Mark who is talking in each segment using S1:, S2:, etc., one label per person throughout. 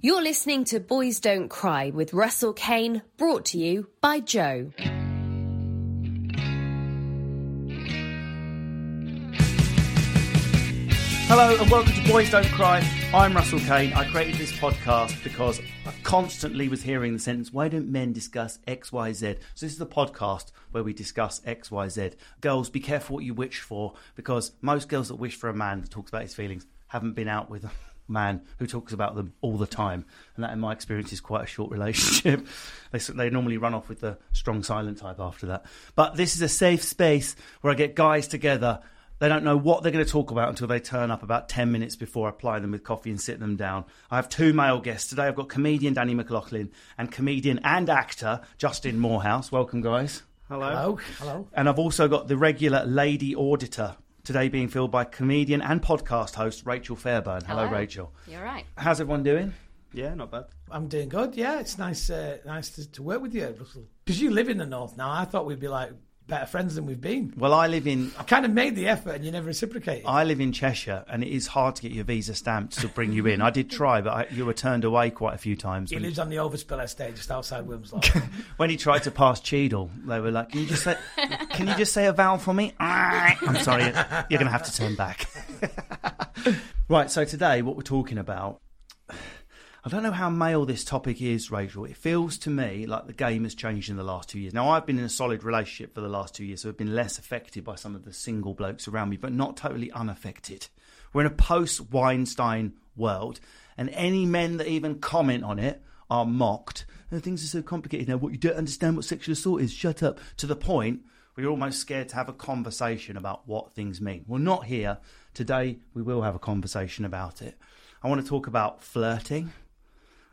S1: You're listening to Boys Don't Cry with Russell Kane, brought to you by Joe.
S2: Hello and welcome to Boys Don't Cry. I'm Russell Kane. I created this podcast because I constantly was hearing the sentence, Why don't men discuss XYZ? So, this is the podcast where we discuss XYZ. Girls, be careful what you wish for because most girls that wish for a man that talks about his feelings haven't been out with a man who talks about them all the time. And that, in my experience, is quite a short relationship. they, s- they normally run off with the strong silent type after that. But this is a safe space where I get guys together they don't know what they're going to talk about until they turn up about 10 minutes before I ply them with coffee and sit them down. I have two male guests today. I've got comedian Danny McLaughlin and comedian and actor Justin Morehouse. Welcome, guys.
S3: Hello. Hello.
S2: And I've also got the regular lady auditor today being filled by comedian and podcast host Rachel Fairburn. Hello,
S1: Hello.
S2: Rachel.
S1: You're right.
S2: How's everyone doing? Yeah, not bad.
S3: I'm doing good. Yeah, it's nice. Uh, nice to, to work with you, Russell. Because you live in the north now. I thought we'd be like better friends than we've been.
S2: Well, I live in
S3: I kind of made the effort, and you never reciprocated.
S2: I live in Cheshire, and it is hard to get your visa stamped to bring you in. I did try, but I, you were turned away quite a few times.
S3: he
S2: when-
S3: lives on the Overspill estate, just outside Wilmslow.
S2: When he tried to pass Cheadle, they were like, "Can you just say, can you just say a vowel for me?" I'm sorry, you're going to have to turn back. right. So today, what we're talking about, I don't know how male this topic is, Rachel. It feels to me like the game has changed in the last two years. Now, I've been in a solid relationship for the last two years, so I've been less affected by some of the single blokes around me, but not totally unaffected. We're in a post Weinstein world, and any men that even comment on it are mocked. Oh, things are so complicated now. What you don't understand what sexual assault is. Shut up. To the point where you're almost scared to have a conversation about what things mean. Well, not here today. We will have a conversation about it. I want to talk about flirting.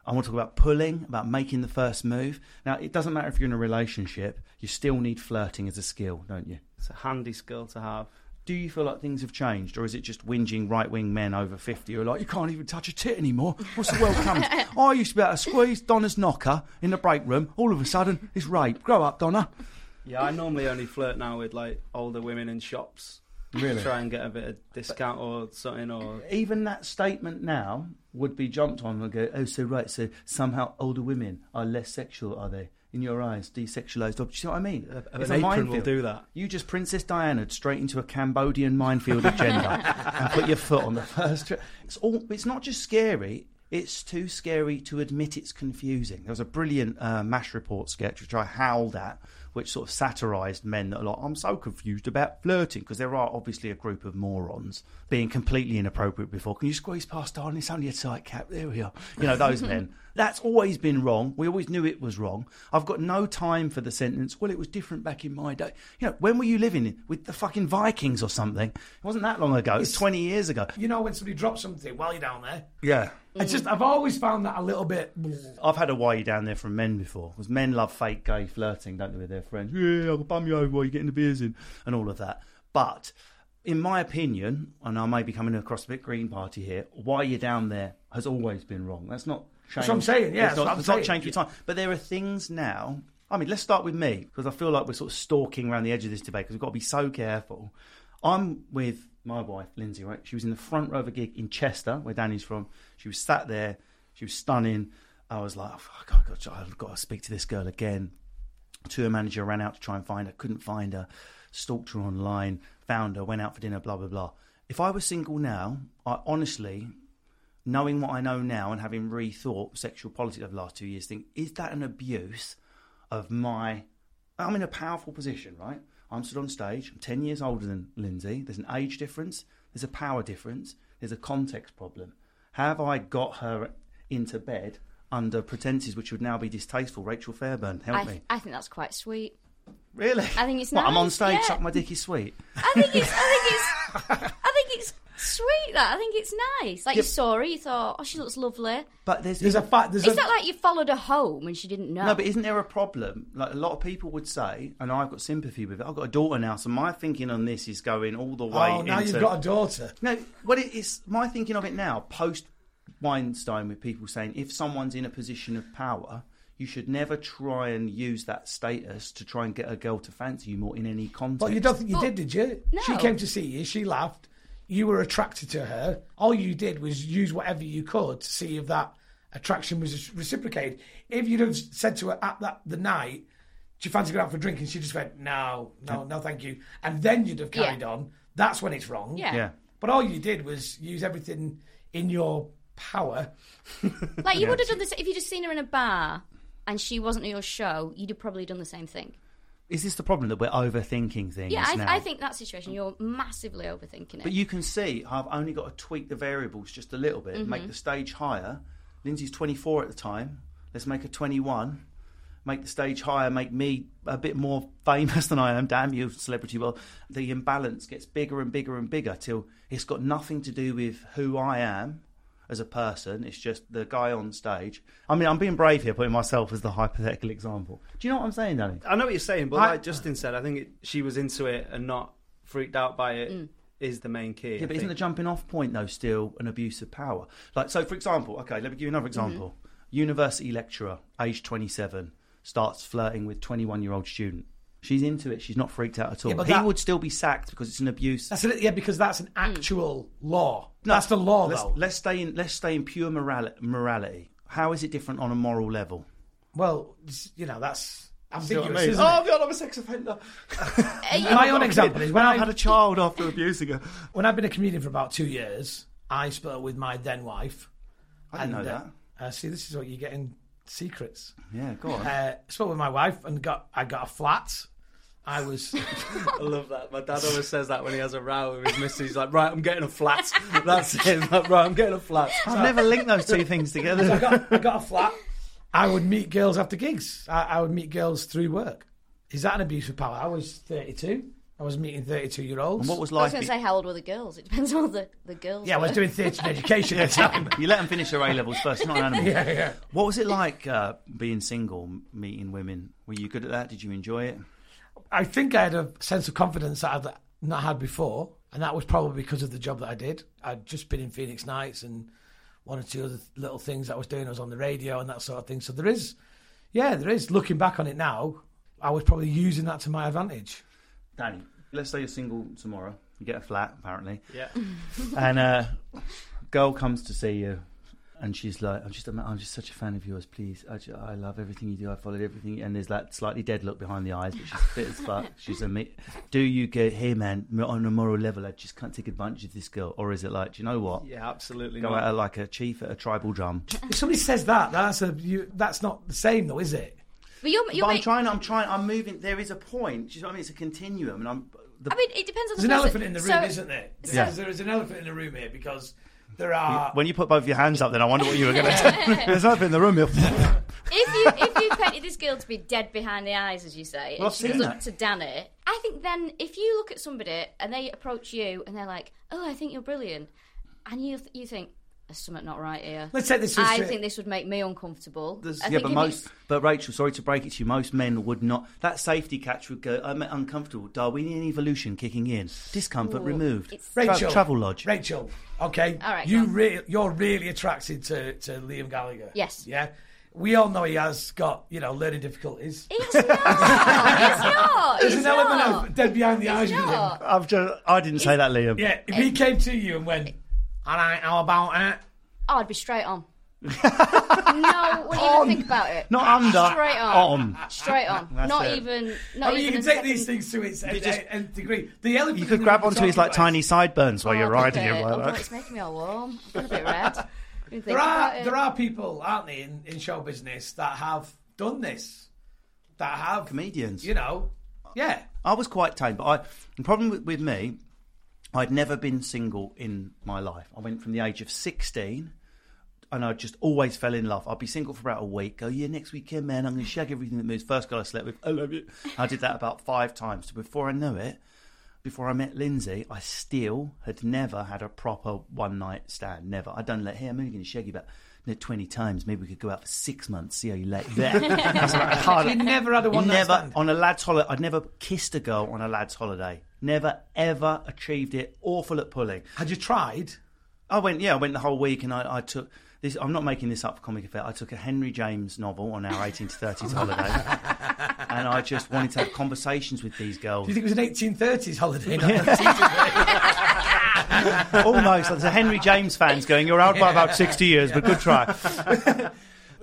S2: I want to talk about pulling, about making the first move. Now, it doesn't matter if you're in a relationship, you still need flirting as a skill, don't you?
S4: It's a handy skill to have.
S2: Do you feel like things have changed, or is it just whinging right wing men over 50 who are like, you can't even touch a tit anymore? What's the world coming? I used to be able to squeeze Donna's knocker in the break room. All of a sudden, it's rape. Grow up, Donna.
S4: Yeah, I normally only flirt now with like older women in shops.
S2: Really?
S4: Try and get a bit of discount or something or
S2: Even that statement now would be jumped on and go, oh, so right, so somehow older women are less sexual, are they? In your eyes, desexualized. Do you see what I mean?
S4: an apron will
S2: minefield.
S4: do that.
S2: You just Princess Diana straight into a Cambodian minefield of gender and put your foot on the first. Tra- it's all. It's not just scary. It's too scary to admit it's confusing. There was a brilliant uh, Mash Report sketch which I howled at, which sort of satirised men that are like, "I'm so confused about flirting," because there are obviously a group of morons being completely inappropriate before. Can you squeeze past, darling? It's only a tight cap. There we are. You know those men. That's always been wrong. We always knew it was wrong. I've got no time for the sentence. Well, it was different back in my day. You know, when were you living in, with the fucking Vikings or something? It wasn't that long ago. It was
S3: It's-
S2: twenty years ago.
S3: you know when somebody drops something while you're down there.
S2: Yeah.
S3: I just I've always found that a little bit.
S2: I've had a why you down there from men before. Because men love fake gay flirting, don't they, with their friends? Yeah, I'll bum you over while you're getting the beers in, and all of that. But in my opinion, and I may be coming across a bit green party here, why you down there has always been wrong. That's not changed.
S3: what I'm saying, yeah,
S2: it's
S3: that's what
S2: not,
S3: I'm
S2: it's not
S3: saying.
S2: changed with time. But there are things now. I mean, let's start with me because I feel like we're sort of stalking around the edge of this debate because we've got to be so careful. I'm with my wife, Lindsay, right? She was in the front row of a gig in Chester, where Danny's from. She was sat there. She was stunning. I was like, oh, fuck, I've got to- I've got to speak to this girl again tour manager ran out to try and find her, couldn't find her, stalked her online, found her, went out for dinner, blah, blah, blah. If I was single now, I honestly, knowing what I know now and having rethought sexual politics over the last two years, think, is that an abuse of my. I'm in a powerful position, right? I'm stood on stage, I'm 10 years older than Lindsay. There's an age difference, there's a power difference, there's a context problem. Have I got her into bed under pretenses which would now be distasteful? Rachel Fairburn, help
S5: I,
S2: me.
S5: th- I think that's quite sweet.
S2: Really?
S5: I think it's
S2: what, I'm on
S5: nice,
S2: stage,
S5: yeah.
S2: suck my dick is sweet.
S5: I think it's. I think it's. I think it's sweet. That I think it's nice. Like you saw her, you thought, oh, she looks lovely.
S2: But there's,
S3: There's a fact. There's
S5: It's
S3: a,
S5: not like you followed her home and she didn't know.
S2: no, but isn't there a problem? Like a lot of people would say, and I've got sympathy with it. I've got a daughter now, so my thinking on this is going all the way.
S3: oh, now
S2: into,
S3: you've got a daughter.
S2: No, what it is my thinking of it now, post Weinstein, with people saying if someone's in a position of power, you should never try and use that status to try and get a girl to fancy you more in any context.
S3: But you don't think you did, did you? She
S5: No.
S3: came to see you. She laughed. You were attracted to her. All you did was use whatever you could to see if that attraction was reciprocated. If you'd have said to her at that the night, "Do you fancy going out for a drink?" and she just went, "No, no, no, thank you," and then you'd have carried
S5: Yeah.
S3: on. That's when it's wrong.
S5: Yeah.
S2: Yeah.
S3: But all you did was use everything in your power.
S5: Like you would have done this if you'd just seen her in a bar and she wasn't at your show. You'd have probably done the same thing.
S2: Is this the problem that we're overthinking things
S5: Yeah,
S2: now?
S5: I, I think that situation you're massively overthinking it.
S2: But you can see I've only got to tweak the variables just a little bit, make the stage higher. Lindsay's 24 at the time. Let's make her 21. Make the stage higher, make me a bit more famous than I am. Damn you, celebrity. Well, the imbalance gets bigger and bigger and bigger till it's got nothing to do with who I am as a person. It's just the guy on stage. I mean, I'm being brave here, putting myself as the hypothetical example. Do you know what I'm saying, Danny?
S4: I know what you're saying, but
S2: I-
S4: like Justin said, I think it, she was into it and not freaked out by it is the main key.
S2: Mm. Yeah, but isn't the jumping off point though still an abuse of power? Like, so for example, okay, let me give you another example. University lecturer, age twenty-seven, starts flirting with twenty-one-year-old student. She's into it. She's not freaked out at all.
S3: but
S2: he
S3: that-
S2: would still be sacked because it's an abuse.
S3: That's it, yeah, because that's an
S5: Hmm.
S3: actual law. that's the law,
S2: Let's,
S3: though.
S2: let's stay in. Let's stay in pure morali- morality. How is it different on a moral level?
S3: Well, s- you know, that's ambiguous,
S2: Oh
S3: isn't it?
S2: God, I'm a sex offender.
S3: My own example is when
S2: I've
S3: I
S2: had a child after abusing her.
S3: when I've been a comedian for about two years, I split up with my then wife.
S2: I didn't know
S3: uh,
S2: that.
S3: Uh, see, this is what you get in secrets.
S2: Yeah, go on.
S3: Uh, split with my wife and got I got a flat. I was
S4: I love that. My dad always says that when he has a row with his missus. He's like, right, I'm getting a flat. That's it. Like, right, I'm getting a flat.
S2: I've never linked those two things
S3: I
S2: together.
S3: got I got a flat. I would meet girls after gigs. I, I would meet girls through work. Is that an abuse of power? I was thirty two. I was meeting thirty two year olds.
S2: What was
S5: I was
S2: life?
S5: going to
S2: be-
S5: say, how old were the girls? It depends on the, the girls.
S3: yeah, I was
S5: were.
S3: doing theatre and education at the time.
S2: You let them finish their A levels first, not an animal. What was it like uh, being single, m- meeting women? Were you good at that? Did you enjoy it?
S3: I think I had a sense of confidence that I'd not had before, and that was probably because of the job that I did. I'd just been in Phoenix Nights and one or two other th- little things that I was doing. I was on the radio and that sort of thing. So there is, yeah, there is. Looking back on it now, I was probably using that to my advantage.
S2: Danny, let's say you're single tomorrow. You get a flat, apparently,
S4: Yeah.
S2: and a girl comes to see you, and she's like, "I'm just, a ma- I'm just such a fan of yours. Please, I, ju- I love everything you do. I followed everything." And there's that slightly dead look behind the eyes, but she's fit as fuck. She's a me. Do you go, "Hey man, on a moral level, I just can't take advantage of this girl," or is it like, "Do you know what?
S4: Yeah, absolutely.
S2: Go
S4: not.
S2: at her like a chief at a tribal drum."
S3: If somebody says that, that's a you, that's not the same though, is it?
S5: But you're, you're
S2: but I'm
S5: make-
S2: trying. I'm trying. I'm moving. There is a point. Do you know what I mean? It's a continuum, and I'm. The,
S5: I mean, it depends on
S3: There's
S5: the
S3: an
S5: person.
S3: elephant in the room,
S5: So-
S3: isn't there? There is
S2: Yeah.
S3: there is an elephant in the room here because there are.
S2: when you put both your hands up, then I wonder what you were going to. say. There's nothing in the room. here.
S5: if you if you painted this girl to be dead behind the eyes, as you say, and
S2: Well, I've
S5: she
S2: seen
S5: goes up
S2: that.
S5: to Danny, I think then if you look at somebody and they approach you and they're like, "Oh, I think you're brilliant," and you th- you think there's something not right here.
S3: Let's take this. to a
S5: I
S3: straight-
S5: think this would make me uncomfortable. I
S2: yeah,
S5: think
S2: but
S5: if
S2: most.
S5: it's-
S2: But Rachel, sorry to break it to you, most men would not. That safety catch would go. I'm uncomfortable. Darwinian evolution kicking in. Discomfort
S5: Ooh,
S2: removed.
S5: it's-
S2: Tra-
S3: Rachel.
S2: travel lodge.
S3: Rachel, okay.
S5: All right,
S3: You
S5: go.
S3: re- you're really attracted to, to Liam Gallagher.
S5: Yes.
S3: Yeah. We all know he has got, you know, learning difficulties.
S5: It's not. it's not.
S3: There's
S5: it's
S3: an
S5: not.
S3: element of dead behind the eyes
S5: It's
S3: with him.
S5: not.
S2: I've just. I didn't say that, Liam.
S3: Yeah. If he came to you and went, all right, how about that?
S5: Oh, I'd be straight on. no, wouldn't even think about it.
S2: Not under.
S5: Straight on.
S2: On.
S5: Straight on.
S2: That's
S5: not
S2: it.
S5: even. Not
S3: I mean, you can
S5: even
S3: take
S5: a second-
S3: these things to its end,
S2: just-
S3: end degree. The elephant
S2: You
S3: in
S2: could
S3: the
S2: grab
S3: room
S2: onto his
S3: talking
S2: like
S3: about
S2: tiny sideburns while
S5: Oh,
S2: you're
S5: look
S2: riding
S5: at
S2: him
S5: it.
S2: like
S5: Although
S2: that.
S5: It's making me all warm. I'm a bit red.
S3: There are, there are people, aren't they, in, in show business that have done this, that have,
S2: Comedians.
S3: you know, yeah.
S2: I was quite tame, but I the problem with, with me, I'd never been single in my life. I went from the age of sixteen, and I just always fell in love. I'd be single for about a week. Go, yeah, next weekend, man. I'm going to shag everything that moves. First girl I slept with, I love you. I did that about five times. So before I knew it, before I met Lindsay, I still had never had a proper one night stand. Never. I'd done like, hey, I'm only going to shag you about. you know, 20 times, maybe we could go out for six months, see how you like that. I was like, I can't-
S3: You never had a one night
S2: never
S3: stand.
S2: on a lad's holiday. I'd never kissed a girl on a lad's holiday. Never ever achieved it. Awful at pulling.
S3: Had you tried?
S2: I went, yeah, I went the whole week, and I, I took this. I'm not making this up for comic effect. I took a Henry James novel on our 18 to 30s holiday, and I just wanted to have conversations with these girls.
S3: Do you think it was an 1830s holiday? not
S2: Oh, Almost, there's a Henry James fans going, "You're out by about 60 years, but good try." uh,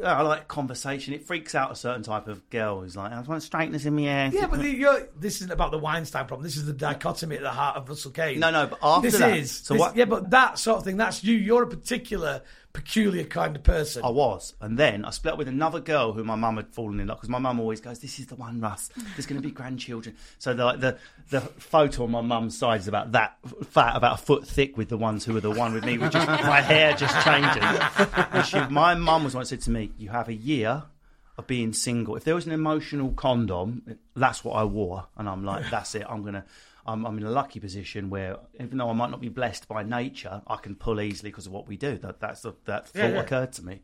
S2: I like conversation. It freaks out a certain type of girl who's like, I want straightness in my hair.
S3: Yeah, but the, you're, this isn't about the Weinstein problem. This is the dichotomy at the heart of Russell Kane.
S2: No, no, but after
S3: this
S2: that-
S3: is
S2: so
S3: this-
S2: what-
S3: Yeah, but that sort of thing. That's you. You're a particular, peculiar kind of person.
S2: I was, and then I split up with another girl who my mum had fallen in love because my mum always goes, "This is the one, Russ. There's going to be grandchildren." So the, like the the photo on my mum's side is about that f- fat, about a foot thick, with the ones who were the one with me, with just my hair just changing. And she, my mum was once said to me, "You have a year." Of being single, if there was an emotional condom, that's what I wore, and I'm like, that's it. I'm gonna, I'm, I'm in a lucky position where, even though I might not be blessed by nature, I can pull easily because of what we do. That that's the, that thought
S3: yeah.
S2: occurred to me.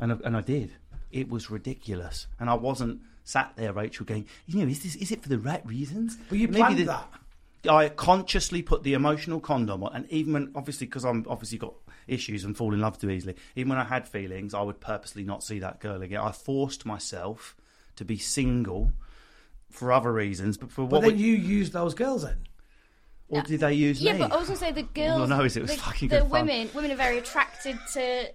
S2: And I, and I did. It was ridiculous, and I wasn't sat there, Rachel, going, you know, is this is it for the right reasons?
S3: but you
S2: Maybe
S3: planned
S2: the-
S3: that.
S2: I consciously put the emotional condom on, and even when, obviously, because I'm obviously got issues and fall in love too easily. Even when I had feelings, I would purposely not see that girl again. I forced myself to be single for other reasons, but for
S3: But
S2: what?
S3: then
S2: would-
S3: you used those girls then.
S2: or did they use
S5: Yeah,
S2: me?
S5: but I was gonna say the girls.
S2: All I know is it was
S5: the,
S2: fucking
S5: the
S2: good fun.
S5: women. Women are very attracted to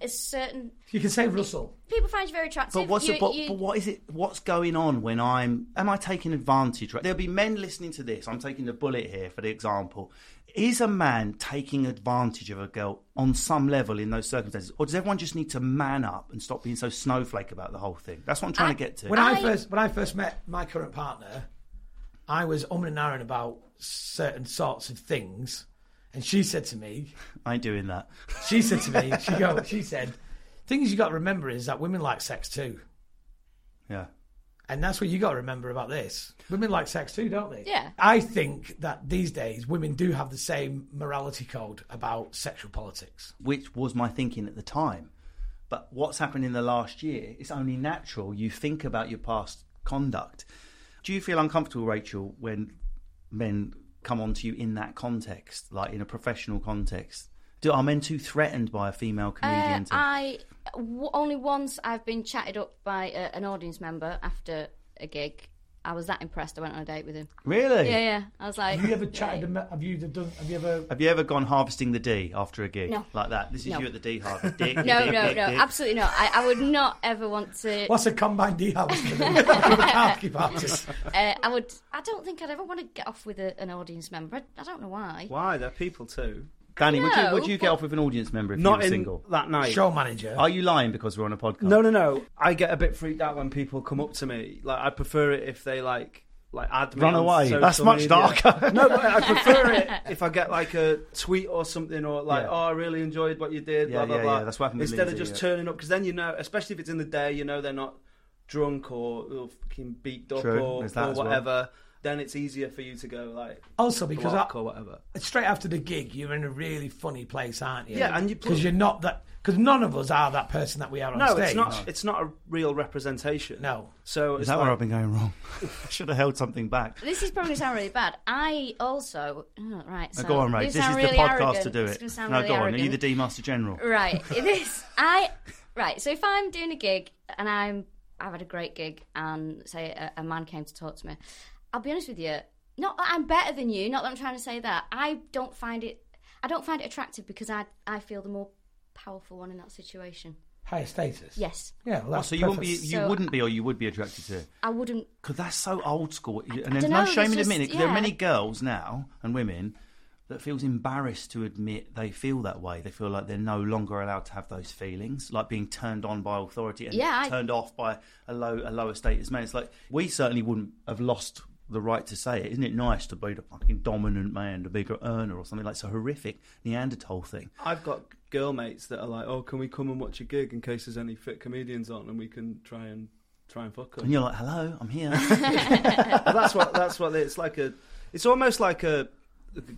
S5: a certain.
S3: You can say Russell.
S5: People find you very attractive.
S2: But what's
S5: you,
S2: the, but,
S5: you-
S2: but what is it? What's going on when I'm? Am I taking advantage? Right? There'll be men listening to this. I'm taking the bullet here for the example. Is a man taking advantage of a girl on some level in those circumstances, or does everyone just need to man up and stop being so snowflake about the whole thing? That's what I'm trying
S5: I-
S2: to get to.
S3: When I,
S5: I-
S3: first when I first met my current partner, I was umming and ahhing about certain sorts of things, and she said to me,
S2: I ain't doing that.
S3: she said to me, she go, she said, things you got to remember is that women like sex too,
S2: Yeah.
S3: and that's what you got to remember about this. Women like sex too, don't they?
S5: Yeah.
S3: I think that these days women do have the same morality code about sexual politics.
S2: which was my thinking at the time. But what's happened in the last year, it's only natural you think about your past conduct. Do you feel uncomfortable, Rachel, when men come onto you in that context, like in a professional context? Do are men too threatened by a female
S5: Uh,
S2: comedian? to-
S5: I w- only once I've been chatted up by a, an audience member after a gig. I was that impressed. I went on a date with him.
S2: really?
S5: Yeah, yeah. I was like,
S3: Have you ever chatted? Have you done? Have you ever?
S2: Have you ever gone harvesting the D after a gig
S5: No.
S2: like that? This is
S5: No.
S2: you at the D harvest. Dick,
S5: no,
S2: dick,
S5: no,
S2: dick,
S5: no,
S2: dick.
S5: absolutely not. I, I would not ever want to.
S3: What's a combined D house? Housekeeper artist.
S5: Uh, I would. I don't think I'd ever want to get off with a, an audience member. I, I don't know why.
S4: Why? They're people too.
S2: Danny, would you would
S5: No,
S2: you get
S5: but-
S2: off with an audience member if you
S4: Not
S2: were
S4: in
S2: single?
S4: that night.
S3: Show manager.
S2: Are you lying because we're on a podcast?
S4: No, no, no. I get a bit freaked out when people come up to me. Like, I prefer it if they like like add me
S2: Run
S4: on
S2: away.
S4: social
S2: That's much
S4: media.
S2: darker.
S4: no, but I prefer it if I get like a tweet or something, or like,
S2: Yeah.
S4: oh, I really enjoyed what you did.
S2: Yeah,
S4: blah blah
S2: yeah,
S4: blah.
S2: yeah. That's what happened with
S4: Instead
S2: Lindsay,
S4: of just
S2: yeah.
S4: turning up, because then you know, especially if it's in the day, you know they're not drunk or, or fucking beat up
S2: True.
S4: or,
S2: There's that
S4: or
S2: as well.
S4: whatever. Then it's easier for you to go like
S3: also, because I,
S4: block or whatever.
S3: straight after the gig, you're in a really funny place, aren't you?
S4: Yeah, and you put-
S3: because you're not that because none of us are that person that we are on
S4: No,
S3: stage.
S4: it's not. It's not a real representation.
S3: No.
S4: So
S2: Is
S4: it's
S2: that
S4: like,
S2: where I've been going wrong? I should have held something back.
S5: This is probably going to sound really bad. I also oh, right. So
S2: go on, Ray.
S5: This,
S2: This,
S5: sound
S2: is
S5: really
S2: the podcast
S5: arrogant.
S2: to do
S5: It's
S2: it.
S5: gonna sound
S2: no,
S5: really
S2: go
S5: arrogant.
S2: on. You're the D Master General.
S5: Right. This I right. So if I'm doing a gig and I'm I've had a great gig and say a, a man came to talk to me, I'll be honest with you. Not that I'm better than you. Not that I'm trying to say that. I don't find it. I don't find it attractive because I I feel the more powerful one in that situation.
S3: higher status.
S5: Yes,
S3: yeah. Well,
S4: Oh,
S3: that's
S2: So you wouldn't be,
S3: perfect.
S2: you
S5: So-
S2: wouldn't be, or you would be attracted to,
S5: I wouldn't.
S2: because that's so old school. And
S5: I
S2: there's
S5: don't
S2: no
S5: know,
S2: shame
S5: it's
S2: in
S5: just-
S2: admitting it. 'cause There are
S5: yeah.
S2: many girls now and women that feels embarrassed to admit they feel that way. They feel like they're no longer allowed to have those feelings, like being turned on by authority and
S5: Yeah, I-
S2: turned off by a low, a lower status man. It's like we certainly wouldn't have lost. The right to say it, isn't it nice to be the fucking dominant man, the bigger earner, or something like it's a horrific Neanderthal thing.
S4: I've got girl mates that are like, "Oh, can we come and watch a gig in case there's any fit comedians on, and we can try and try and fuck
S2: And
S4: them."
S2: you're like, hello, I'm here.
S4: that's what that's what it's like a. It's almost like a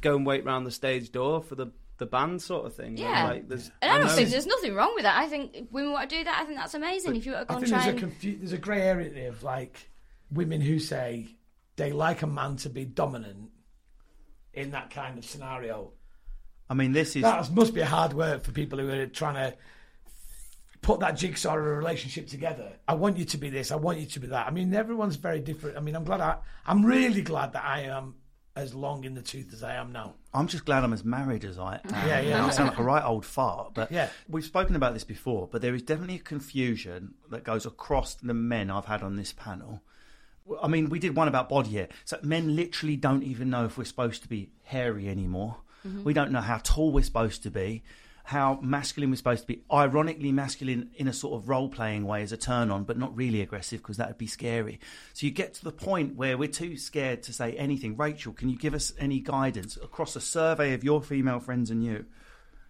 S4: go and wait round the stage door for the the band sort of thing.
S5: Yeah.
S4: like there's.
S5: And I don't
S4: know-
S5: think there's nothing wrong with that. I think if women want to do that. I think that's amazing. If you want
S3: I
S5: to go and
S3: think
S5: try
S3: there's a
S5: and
S3: confu- there's a grey area there of like women who say they like a man to be dominant in that kind of scenario.
S2: I mean, this is
S3: That must be hard work for people who are trying to put that jigsaw of a relationship together. I want you to be this. I want you to be that. I mean, everyone's very different. I mean, I'm glad I. I'm really glad that I am as long in the tooth as I am now.
S2: I'm just glad I'm as married as I am.
S3: Yeah, yeah,
S2: I
S3: yeah.
S2: sound like a right old fart, but
S3: Yeah.
S2: we've spoken about this before, but there is definitely a confusion that goes across the men I've had on this panel. I mean, we did one about body hair. So men literally don't even know if we're supposed to be hairy anymore. We don't know how tall we're supposed to be, how masculine we're supposed to be. Ironically, masculine in a sort of role playing way as a turn on, but not really aggressive because that would be scary. So you get to the point where we're too scared to say anything. Rachel, can you give us any guidance across a survey of your female friends and you?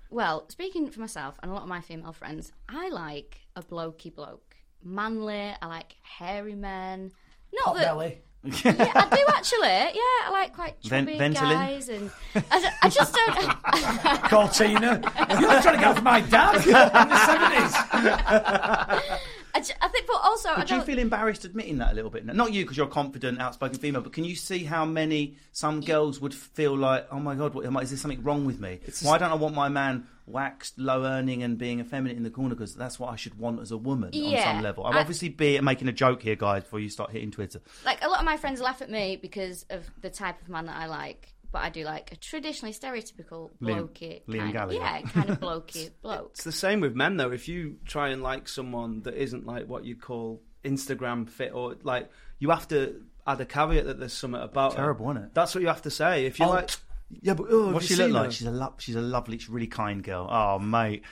S5: Well, speaking for myself and a lot of my female friends, I like a blokey bloke, manly. I like hairy men. Not
S3: Pot
S5: that
S3: belly.
S5: yeah, I do actually. Yeah, I like quite
S2: Ven-
S5: chubby
S2: Ventolin?
S5: guys, and I, d- I just don't.
S3: Cortina. You're not trying to get off my dad in the seventies.
S5: I, ju- I think, but also I
S2: But do you
S5: don't.
S2: feel embarrassed admitting that a little bit? Not you, because you're a confident, outspoken female, but can you see how many some girls would feel like, oh my God, what, am I- is there something wrong with me? Why don't I want my man waxed, low earning, and being effeminate in the corner? Because that's what I should want as a woman on
S5: Yeah,
S2: some level. I'm
S5: I-
S2: obviously be making a joke here, guys, before you start hitting Twitter.
S5: like a lot of my friends laugh at me because of the type of man that I like, but I do like a traditionally stereotypical
S2: Liam-
S5: blokey,
S2: Liam
S5: kind of,
S2: Gallagher.
S5: yeah, kind of blokey bloke.
S4: It's the same with men though. If you try and like someone that isn't like what you call Instagram fit or like, you have to add a caveat that there's something about.
S2: Terrible,
S4: her.
S2: isn't it?
S4: That's what you have to say. If you
S2: Oh.
S4: like, yeah, but oh, have
S2: What's
S4: you
S2: she look
S4: seen
S2: like?
S4: her?
S2: She's a lo- she's a lovely, she's a really kind girl. Oh mate,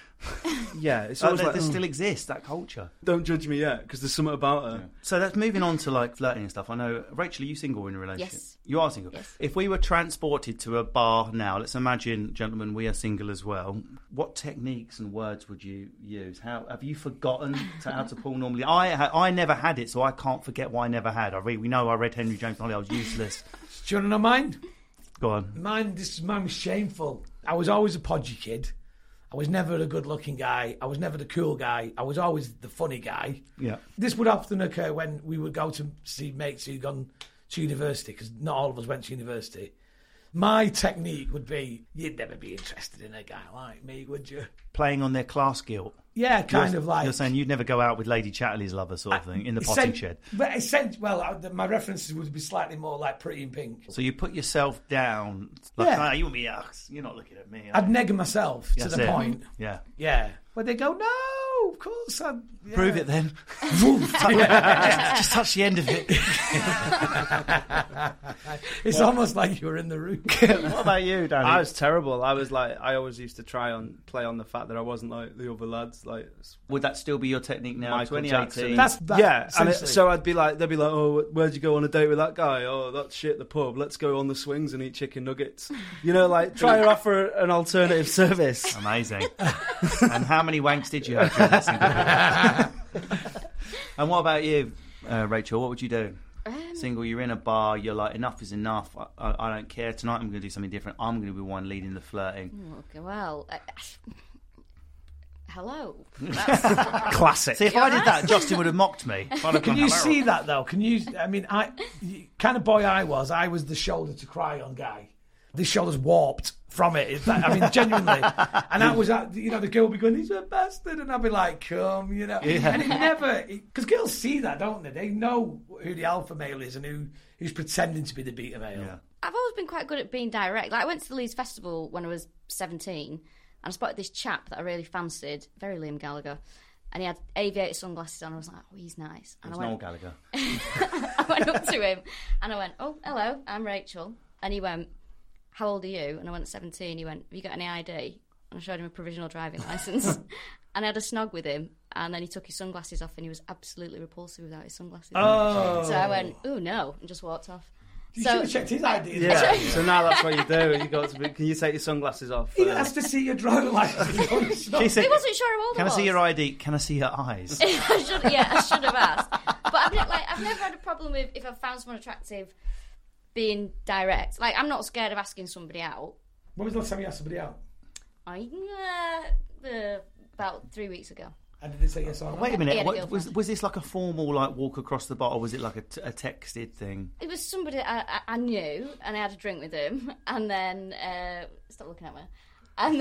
S4: Yeah, it's
S2: so
S4: always
S2: there,
S4: like,
S2: there
S4: "Oh,
S2: still exists that culture.
S4: don't judge me yet because there's something about her.
S2: So that's moving on to like flirting and stuff. I know, Rachel, are you single in a relationship?
S5: Yes.
S2: You are single.
S5: Yes.
S2: If we were transported to a bar now, let's imagine, gentlemen, we are single as well. What techniques and words would you use? How have you forgotten to, how to pull normally? I ha- I never had it, so I can't forget why I never had. I read, we know I read Henry James Holly. I was useless.
S3: Do you want to know mine?
S2: Go on.
S3: Mine, this mine was shameful. I was always a podgy kid. I was never a good-looking guy. I was never the cool guy. I was always the funny guy.
S2: Yeah.
S3: This would often occur when we would go to see mates who'd gone to university, because not all of us went to university. My technique would be, you'd never be interested in a guy like me, would you?
S2: Playing on their class guilt.
S3: Yeah, kind
S2: You're-
S3: of like
S2: you're saying you'd never go out with Lady Chatterley's lover, sort of thing, in the potting
S3: Essen-
S2: shed.
S3: But essen- well, I- the- my references would be slightly more like Pretty in Pink.
S2: So you put yourself down. Like,
S3: Yeah.
S2: "Ah, you won't be. ah, You're not looking at me.
S3: I'd neg myself to
S2: That's
S3: the
S2: it.
S3: point.
S2: Yeah.
S3: Yeah, where they go, no, of course, I yeah.
S2: Prove it then. just, just touch the end of it.
S3: It's almost like you were in the room.
S2: what about you, Danny?
S4: I was terrible. I was like, I always used to try on play on the fact that I wasn't like the other lads. Like
S2: Would that still be your technique now?
S4: Michael
S2: 2018.
S4: Jackson.
S3: That's that,
S4: yeah, and it-
S3: essentially.
S4: so I'd be like, they'd be like, "Oh, where'd you go on a date with that guy? Oh, that shit, the pub. Let's go on the swings and eat chicken nuggets." You know, like try and offer an alternative service.
S2: amazing. and how many wanks did you have? During that single period? and what about you, uh, Rachel? What would you do? Single, you're in a bar. You're like, enough is enough. I, I, I don't care. Tonight, I'm going to do something different. I'm going to be the one leading the flirting.
S5: Okay, well, I, hello.
S2: Classic. See, if I did that, Justin would have mocked me.
S3: Can you see that though? Can you? I mean, I the kind of boy I was. I was the shoulder to cry on guy. This shoulder's warped from it. It's like- I mean, genuinely. And I was, at, you know, the girl would be going, "He's a bastard," and I'd be like, "Come," you know. And it never, because girls see that, don't they? They know who the alpha male is and who who's pretending to be the beta male.
S5: I've always been quite good at being direct. Like I went to the Leeds Festival when I was seventeen, and I spotted this chap that I really fancied, very Liam Gallagher, and he had aviator sunglasses on. I was like, oh, he's nice. And I
S2: Noel
S5: went,
S2: Gallagher.
S5: I went up to him and I went, oh, hello, I'm Rachel, and he went, how old are you? And I went seventeen. He went, have you got any ID? And I showed him a provisional driving license, and I had a snog with him. And then he took his sunglasses off, and he was absolutely repulsive without his sunglasses.
S3: Oh.
S5: So I went, oh no, and just walked off.
S3: You
S5: So-
S3: should have checked his ID.
S4: Yeah. so now that's what you do. You got to be, can you take your sunglasses off?
S3: He
S4: Uh,
S3: has to see your driving license.
S2: She said,
S5: He wasn't sure how old
S2: "Can I
S5: was.
S2: see your ID? Can I see her eyes?"
S5: I should, yeah, I should have asked. But I've, ne- like, I've never had a problem with if I've found someone attractive being direct. Like, I'm not scared of asking somebody out.
S3: When was the last time you asked somebody out?
S5: I, uh, uh, about three weeks ago.
S3: And did they say yes or no?
S2: Wait a
S5: He
S2: minute.
S5: had a
S2: What,
S5: girlfriend.
S2: was was this like a formal like walk across the bar, or was it like a, t- a texted thing?
S5: It was somebody I, I, I knew, and I had a drink with him, and then uh, stop looking at me. And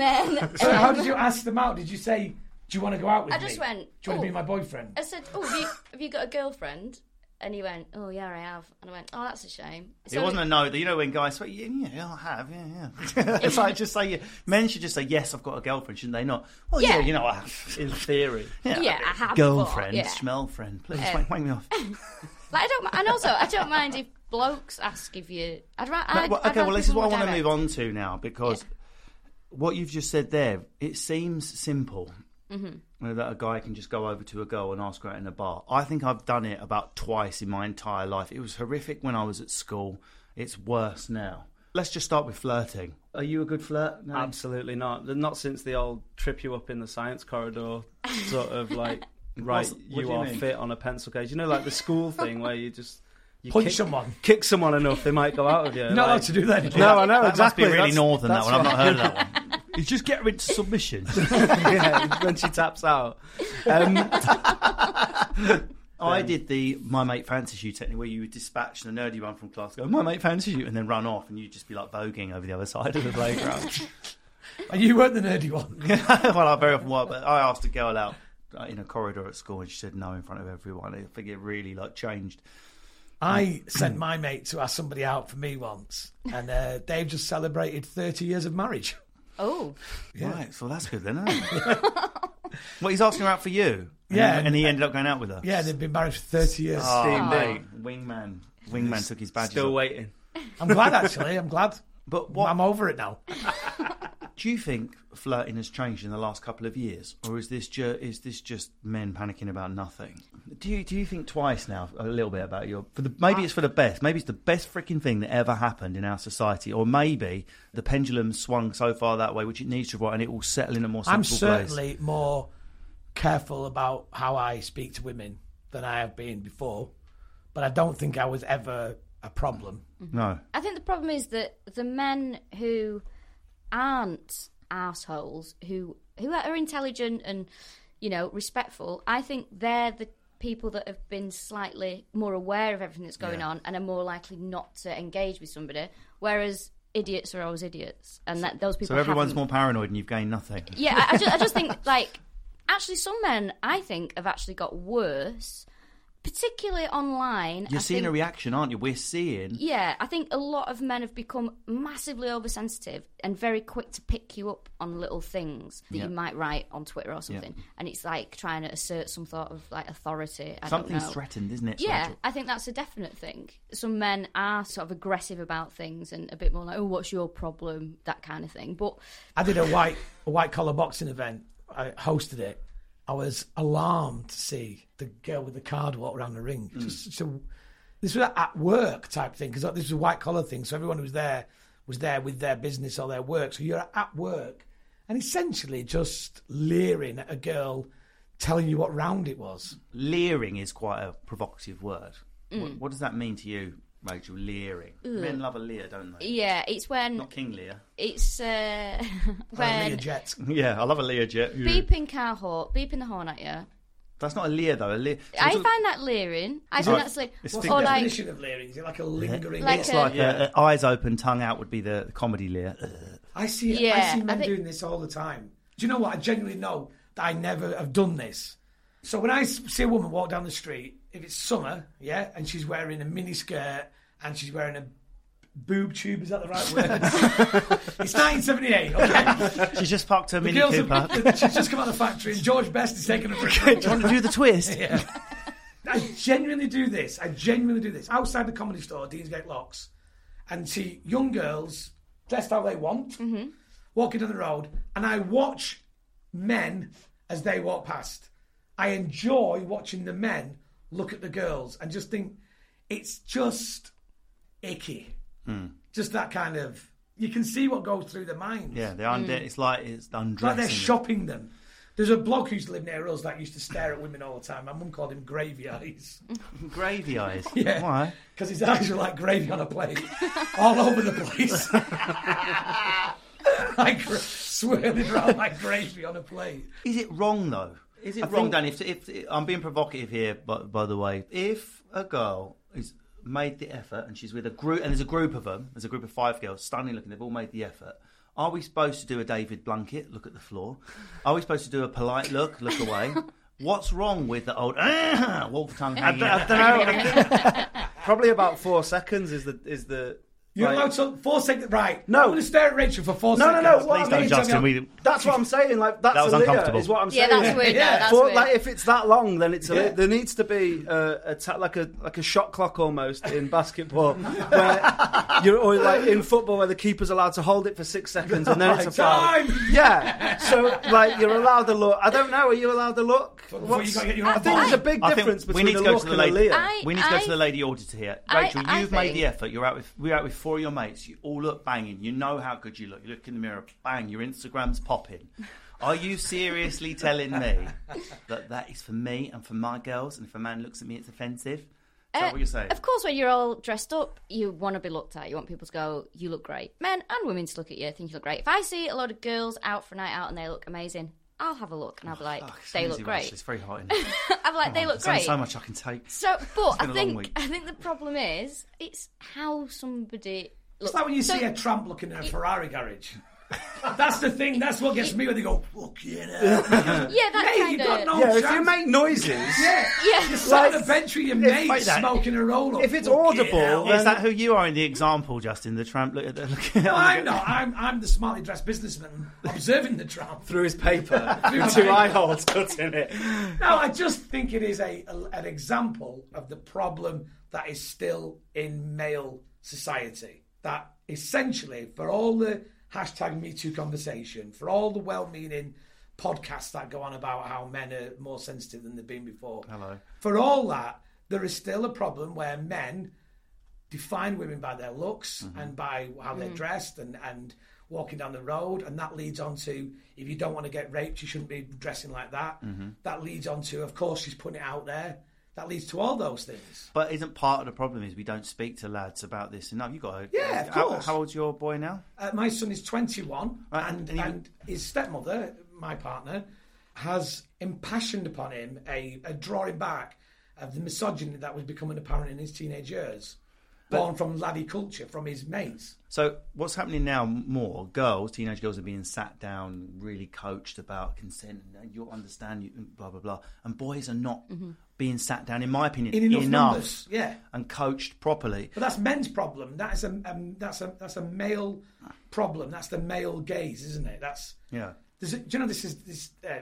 S5: then
S3: So how
S5: um,
S3: did you ask them out? Did you say, "Do you want to go out with
S5: I
S3: me?"
S5: just went,
S3: "Do you want to
S5: "Oh."
S3: be my boyfriend?"
S5: I said, "Oh, have you, have you got a girlfriend?" And he went, oh, yeah, I have. And I went, oh, that's a shame.
S2: It wasn't a no. You know when guys say, yeah, yeah, I have, yeah, yeah. it's like just say, men should just say, yes, I've got a girlfriend, shouldn't they? Not, well, yeah,
S5: Yeah.
S2: you know, I have.
S4: in theory.
S5: Yeah, I have. but,
S2: Girlfriend,
S5: yeah.
S2: smell friend, please, wake, wake me off.
S5: Like, I don't, mi- and also, I don't mind if blokes ask if you. I'd, ra-
S2: No,
S5: I'd,
S2: well,
S5: I'd
S2: okay, well,
S5: rather
S2: this is
S5: people
S2: what I
S5: were
S2: want to
S5: direct.
S2: move on to now because what you've just said there, it seems simple
S5: Mm-hmm.
S2: uh, that a guy can just go over to a girl and ask her out in a bar. I think I've done it about twice in my entire life. It was horrific when I was at school. It's worse now. Let's just start with flirting. Are you a good flirt? No.
S4: Absolutely not. Not since the old trip you up in the science corridor sort of like right,
S2: What's- what
S4: you,
S2: do you
S4: are
S2: mean?
S4: fit on a pencil case. You know, like the school thing where you just you
S3: Punch
S4: kick,
S3: someone.
S4: kick someone enough, they might go out of you.
S3: You're not allowed to do that anymore.
S4: No, I know
S2: that
S4: exactly.
S2: must be really
S4: That's-
S2: northern. That
S4: that's
S2: one I've not heard of that one. You just get her into submission.
S4: yeah, when she taps out. Um,
S2: I did the my mate fancies you technique where you would dispatch the nerdy one from class, go my mate fancies you, and then run off, and you'd just be like voguing over the other side of the playground.
S3: And you weren't the nerdy one.
S2: well, I very often was, but I asked a girl out uh, in a corridor at school, and she said no in front of everyone. I think it really like changed.
S3: I sent my mate to ask somebody out for me once, and uh, they've just celebrated 30 years of marriage.
S5: Oh,
S2: Right, so that's good then. Isn't it? well, he's asking her out for you. And
S3: Yeah.
S2: he- and he ended up going out with her.
S3: Yeah, they've been married for 30 years.
S2: oh,
S5: Aw.
S2: wingman, wingman took his badges.
S4: still
S2: off.
S4: waiting.
S3: I'm glad, actually. I'm glad.
S2: But what
S3: I'm over it now.
S2: Do you think flirting has changed in the last couple of years, or is this ju- is this just men panicking about nothing? Do you do you think twice now a little bit about your? For the, maybe it's for the best. Maybe it's the best freaking thing that ever happened in our society, or maybe the pendulum swung so far that way, which it needs to, right, and it will settle in a more
S3: I'm
S2: sensible place.
S3: certainly more careful about how I speak to women than I have been before, but I don't think I was ever a problem.
S2: No,
S5: I think the problem is that the men who aren't assholes, who who are intelligent and you know respectful, I think they're the people that have been slightly more aware of everything that's going on and are more likely not to engage with somebody, whereas idiots are always idiots, and that those people.
S2: so everyone's
S5: haven't-
S2: more paranoid, and you've gained nothing.
S5: Yeah, I, I, just, I just think like actually some men I think have actually got worse, particularly online.
S2: You're
S5: I
S2: seeing
S5: think-
S2: a reaction, aren't you? We're seeing.
S5: yeah, I think a lot of men have become massively oversensitive and very quick to pick you up on little things that
S2: Yeah.
S5: you might write on Twitter or something, and it's like trying to assert some sort of like authority. I
S2: Something's
S5: don't know.
S2: threatened, isn't it?
S5: Yeah,
S2: Rachel?
S5: I think that's a definite thing. Some men are sort of aggressive about things and a bit more like, "Oh, what's your problem?" That kind of thing. But
S3: I did a white a white collar boxing event. I hosted it. I was alarmed to see the girl with the card walk around the ring. It's Just such a- this was at work type thing because this was a white collar thing. So everyone who was there was there with their business or their work. So you're at work and essentially just leering at a girl telling you what round it was.
S2: leering is quite a provocative word. What,
S5: Mm.
S2: what does that mean to you, Rachel? Leering. Men love a leer, don't they?
S5: yeah, it's when
S2: Not King Lear.
S5: it's uh,
S3: Leah
S5: when
S3: Jett.
S2: Yeah, I love a leer jet.
S5: beeping car horn, beeping the horn at you.
S2: That's not a leer though. A leer. so
S5: I
S2: it's a-
S5: find that leering. I think
S2: like-
S5: that's like,
S2: it's
S3: What's
S2: Or
S3: the
S5: or like,
S3: definition of leering? Is it like a lingering?
S5: Like
S2: it's
S5: a-
S2: like
S4: Yeah.
S2: a, a uh, eyes open, tongue out would be the, the comedy leer.
S3: I see. I
S5: Yeah,
S3: see men
S5: I think-
S3: doing this all the time. Do you know what? I genuinely know that I never have done this. So when I s- see a woman walk down the street, if it's summer, yeah, and she's wearing a mini skirt and she's wearing a boob tube, is that the right word? it's 1978. Okay,
S2: She's just parked her Mini
S3: girls
S2: Cooper.
S3: have, she's just come out of the factory, and George Best is taking her for a
S2: Do you want to do the twist?
S3: yeah. I genuinely do this. I genuinely do this. Outside the comedy store, Dean's Gate Locks, and see young girls dressed how they want, walking down the road, and I watch men as they walk past. I enjoy watching the men look at the girls and just think it's just icky. Just that kind of. You can see what goes through their minds.
S2: Yeah, they're under.
S5: Mm.
S2: It's like it's
S3: Like
S2: undressing.
S3: they're shopping them. There's a bloke who's lived near us that used to stare at women all the time. My mum called him Gravy Eyes
S2: Gravy eyes.
S3: Yeah.
S2: Why?
S3: because his eyes were like gravy on a plate, all over the place. like gr- swirling around like gravy on a plate.
S2: Is it wrong though? Is it
S3: I
S2: wrong,
S3: think-
S2: Dan? If, if, I'm being provocative here, but by the way, if a girl is made the effort and she's with a group, and there's a group of them, there's a group of five girls, stunning looking, they've all made the effort. Are we supposed to do a David Blunkett look at the floor? Are we supposed to do a polite look, look away? What's wrong with the old "Ah," all the time?
S4: I,
S2: hanging
S4: d- I
S2: out?
S4: don't know. Probably about four seconds is the is the.
S3: You're
S4: like-
S3: allowed to four seconds. Right.
S4: No.
S3: I'm going to stare at Rachel for four
S4: No, no,
S3: seconds.
S4: no, what
S2: Please
S4: I
S2: don't,
S4: mean,
S2: Justin.
S3: Jamie,
S2: We,
S4: That's what I'm saying. Like that's
S2: That was
S4: a litter,
S2: uncomfortable.
S4: is what I'm
S5: Yeah,
S4: saying.
S5: that's weird.
S3: Yeah.
S5: No, that's
S4: For,
S5: weird.
S4: like if it's that long, then it's a,
S3: Yeah.
S4: there needs to be uh, a ta- like a like a shot clock almost in basketball, where you're or like in football where the keeper's allowed to hold it for six seconds and then it's a foul.
S3: Time!
S4: Yeah, so like you're allowed the look. I don't know. Are you allowed the look?
S3: Before you
S4: What's-
S3: got to get your
S5: I
S3: own
S4: I think there's a
S3: ball.
S4: big
S2: I think
S4: difference
S2: we
S4: between
S2: need to
S4: a
S2: go
S4: look
S2: to the
S4: and a
S2: lady-
S4: leer.
S5: I-
S2: we need to go
S5: I-
S2: to the lady auditor here.
S5: I-
S2: Rachel,
S5: I
S2: you've made
S5: think-
S2: the effort. You're out with we're out with four of your mates. You all look banging. You know how good you look. You look in the mirror, bang. Your Instagram's popping. Are you seriously telling me that that is for me and for my girls? And if a man looks at me, it's offensive. Is
S5: Uh,
S2: that what you're saying?
S5: Of course, when you're all dressed up, you want to be looked at. You want people to go, "You look great." Men and women to look at you, think you look great. If I see a lot of girls out for a night out and they look amazing, I'll have a look and I'll be like, "They
S2: Easy,
S5: look
S2: Rachel,
S5: great."
S2: Oh, It's very hot in here.
S5: I'm like, "They look
S2: There's only
S5: great."
S2: so much I can take.
S5: So, but
S2: been
S5: I
S2: a long
S5: think
S2: week.
S5: I think the problem is it's how somebody. Looks.
S3: It's like when you
S5: So-
S3: see a tramp looking at a Ferrari garage. That's the thing. That's what gets me when they go, fuck you now.
S5: yeah, that
S3: Hey,
S5: kind
S3: you
S5: of.
S3: got no
S4: yeah, if
S3: chance.
S4: you make noises,
S3: Yeah.
S5: Yeah.
S3: You're sat on
S4: Like,
S3: the bench with your mate
S4: like that-
S3: smoking a roll up.
S4: if it's
S3: Fuck you
S4: audible,
S3: now.
S2: Is that who you are in the example, Justin? The tramp look at the look at
S3: No, I'm not. I'm, I'm the smartly dressed businessman observing the tramp.
S4: through his paper,
S3: Through
S4: with
S3: the
S4: two
S3: paper.
S4: eye holes cut in it.
S3: No, I just think it is a, a- an example of the problem that is still in male society. That essentially, for all the hashtag Me Too conversation, for all the well-meaning podcasts that go on about how men are more sensitive than they've been before, hello, for all that, there is still a problem where men define women by their looks and by how they're dressed and, and walking down the road. And that leads on to if you don't want to get raped, you shouldn't be dressing like that. That leads on to, of course, she's putting it out there. That leads to all those things.
S2: But isn't part of the problem is we don't speak to lads about this enough? You got a,
S3: Yeah, of
S2: how,
S3: course.
S2: how old's your boy now?
S3: Uh, my son is 21,
S2: Right,
S3: and,
S2: and
S3: and,
S2: he-
S3: his stepmother, my partner, has impassioned upon him a, a drawing back of the misogyny that was becoming apparent in his teenage years, born from laddie culture, from his mates.
S2: So what's happening now? More girls, teenage girls, are being sat down, really coached about consent, and you'll understand, you, and blah blah blah. And boys are not being sat down, in my opinion,
S3: Mm-hmm. In enough numbers, yeah.
S2: and coached properly.
S3: But that's men's problem. That is a um, that's a that's a male problem. That's the male gaze, isn't it? That's
S2: Yeah.
S3: There's a, do you know this is this uh,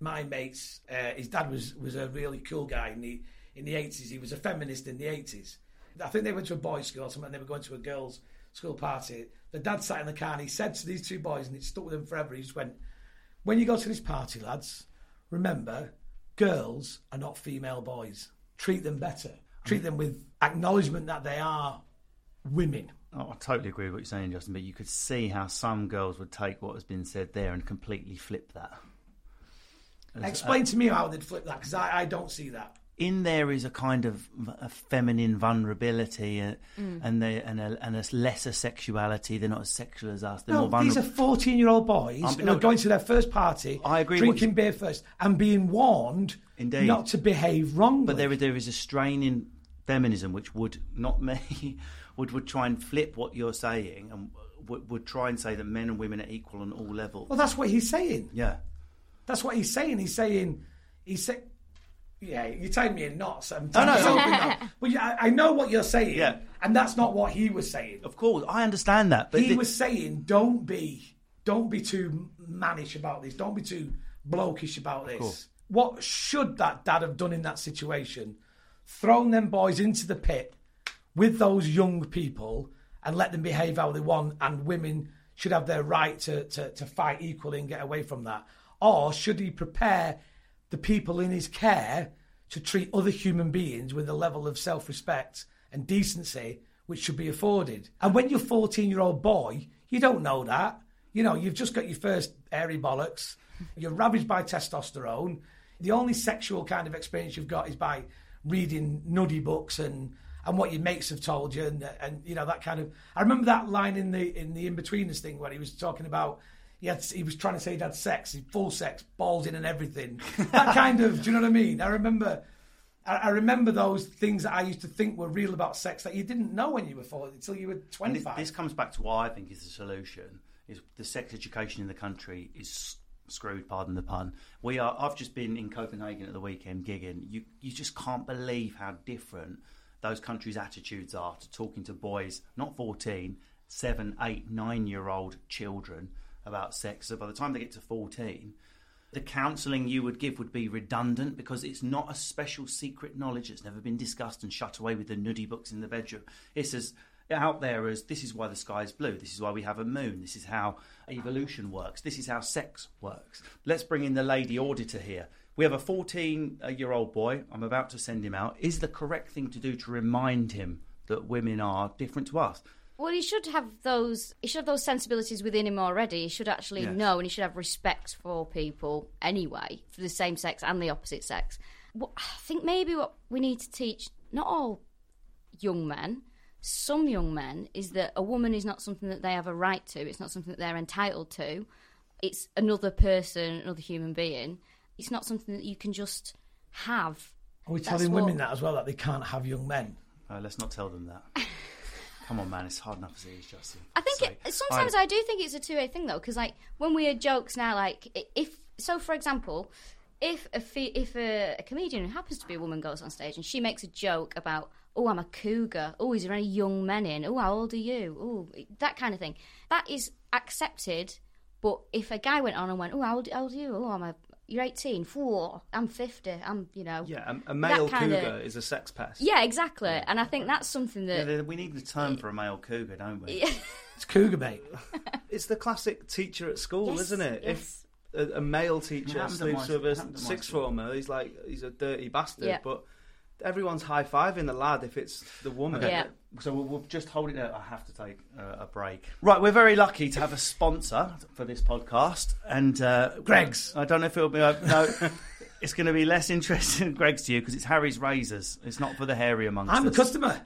S3: my mate's uh, his dad was was a really cool guy in the in the eighties. He was a feminist in the eighties. I think they went to a boys' school or something. They were going to a girls' school party. The dad sat in the car and he said to these two boys, and it stuck with them forever. He just went, "When you go to this party, lads, remember, girls are not female boys. Treat them better. Treat them with acknowledgement that they are women."
S2: Oh, I totally agree with what you're saying, Justin. But you could see how some girls would take what has been said there and completely flip that.
S3: Explain
S2: uh,
S3: to me how they'd flip that because I, I don't see that.
S2: in there is a kind of v- a feminine vulnerability uh,
S3: Mm.
S2: and they and a, and a lesser sexuality. They're not as sexual as us. They're more
S3: No, these
S2: vulnerable.
S3: are 14 year old boys
S2: Um,
S3: who
S2: no,
S3: are going to their first party,
S2: I agree with
S3: drinking
S2: you-
S3: beer first, and being warned
S2: Indeed.
S3: not to behave wrongly.
S2: but there is there is a strain in feminism which would not me would would try and flip what you're saying and would, would try and say that men and women are equal on all levels.
S3: well, that's what he's saying.
S2: yeah.
S3: That's what he's saying. He's saying, he's say, yeah, you're tying me in knots. I'm
S2: no,
S3: tying
S2: no.
S3: myself in knots. But yeah, I, I know what you're saying,
S2: Yeah.
S3: and that's not what he was saying.
S2: Of course, I understand that, but
S3: he
S2: thi-
S3: was saying, don't be, don't be too mannish about this. Don't be too blokish about this. What should that dad have done in that situation? Thrown them boys into the pit with those young people and let them behave how they want, and women should have their right to, to, to fight equally and get away from that? Or should he prepare the people in his care to treat other human beings with a level of self respect and decency which should be afforded? And when you're 14 year old boy, you don't know that. You know, you've just got your first airy bollocks, you're ravaged by testosterone. The only sexual kind of experience you've got is by reading nuddy books and and what your mates have told you and and you know that kind of I remember that line in the in the in betweeners thing where he was talking about he had he was trying to say he'd had sex he full sex balls in and everything that kind of do you know what I mean I remember I, I remember those things that I used to think were real about sex that you didn't know when you were four until you were
S2: And
S3: twenty
S2: this,
S3: five
S2: this comes back to what I think is the solution: is the sex education in the country is screwed. Pardon the pun. We are. I've just been in Copenhagen at the weekend gigging. You you just can't believe how different those countries' attitudes are to talking to boys, not 14, 7, 8, 9 year old children about sex. So by the time they get to 14, the counselling you would give would be redundant because it's not a special secret knowledge that's never been discussed and shut away with the nudie books in the bedroom. It's as out there as this is why the sky is blue, this is why we have a moon, this is how evolution works, this is how sex works. Let's bring in the lady auditor here. We have a 14 year old boy, I'm about to send him out. Is the correct thing to do to remind him that women are different to us?
S5: Well, he should have those. He should have those sensibilities within him already. He should actually
S2: Yes.
S5: know, and he should have respect for people anyway, for the same sex and the opposite sex. What, I think maybe what we need to teach not all young men, some young men, is that a woman is not something that they have a right to. It's not something that they're entitled to. It's another person, another human being. It's not something that you can just have.
S3: Are we
S5: That's
S3: telling
S5: what-
S3: women that as well that they can't have young men?
S2: Uh, let's not tell them that. Come on, man, it's hard enough as it is, Justin.
S5: I think
S2: Sorry.
S5: it, sometimes I, do think it's a two way thing though, because like when we hear jokes now, like i- if so, for example, if a fe- if a, a comedian who happens to be a woman goes on stage and she makes a joke about, oh, I'm a cougar, oh, is there any young men in, oh, how old are you, oh, that kind of thing, that is accepted. But if a guy went on and went, oh, how old, how old are you, oh, I'm a you're 18, four, I'm 50, I'm you know,
S4: Yeah, a, a male
S5: that kinda-
S4: cougar is a sex pest.
S5: yeah, exactly, and I think that's something that
S2: Yeah, we need the term for a male cougar, don't we?
S3: It's cougar mate.
S4: It's the classic teacher at school,
S5: Yes,
S4: isn't it?
S5: yes.
S4: If a, a male
S2: It
S4: teacher
S2: happened at
S4: sleeps
S2: my-
S4: with
S2: it
S4: a
S2: happened at my
S4: sixth
S2: school.
S4: former, he's like he's a dirty bastard.
S5: Yeah.
S4: But everyone's high fiving the lad if it's the woman.
S5: Okay. Yeah.
S2: So we'll, we'll just hold it. Out. I have to take uh, a break. Right, we're very lucky to have a sponsor for this podcast, and uh,
S3: Greg's.
S2: I don't know if it'll be uh, no. it's going to be less interesting, than Greg's, to you because it's Harry's razors. It's not for the hairy amongst
S3: I'm a
S2: us.
S3: customer.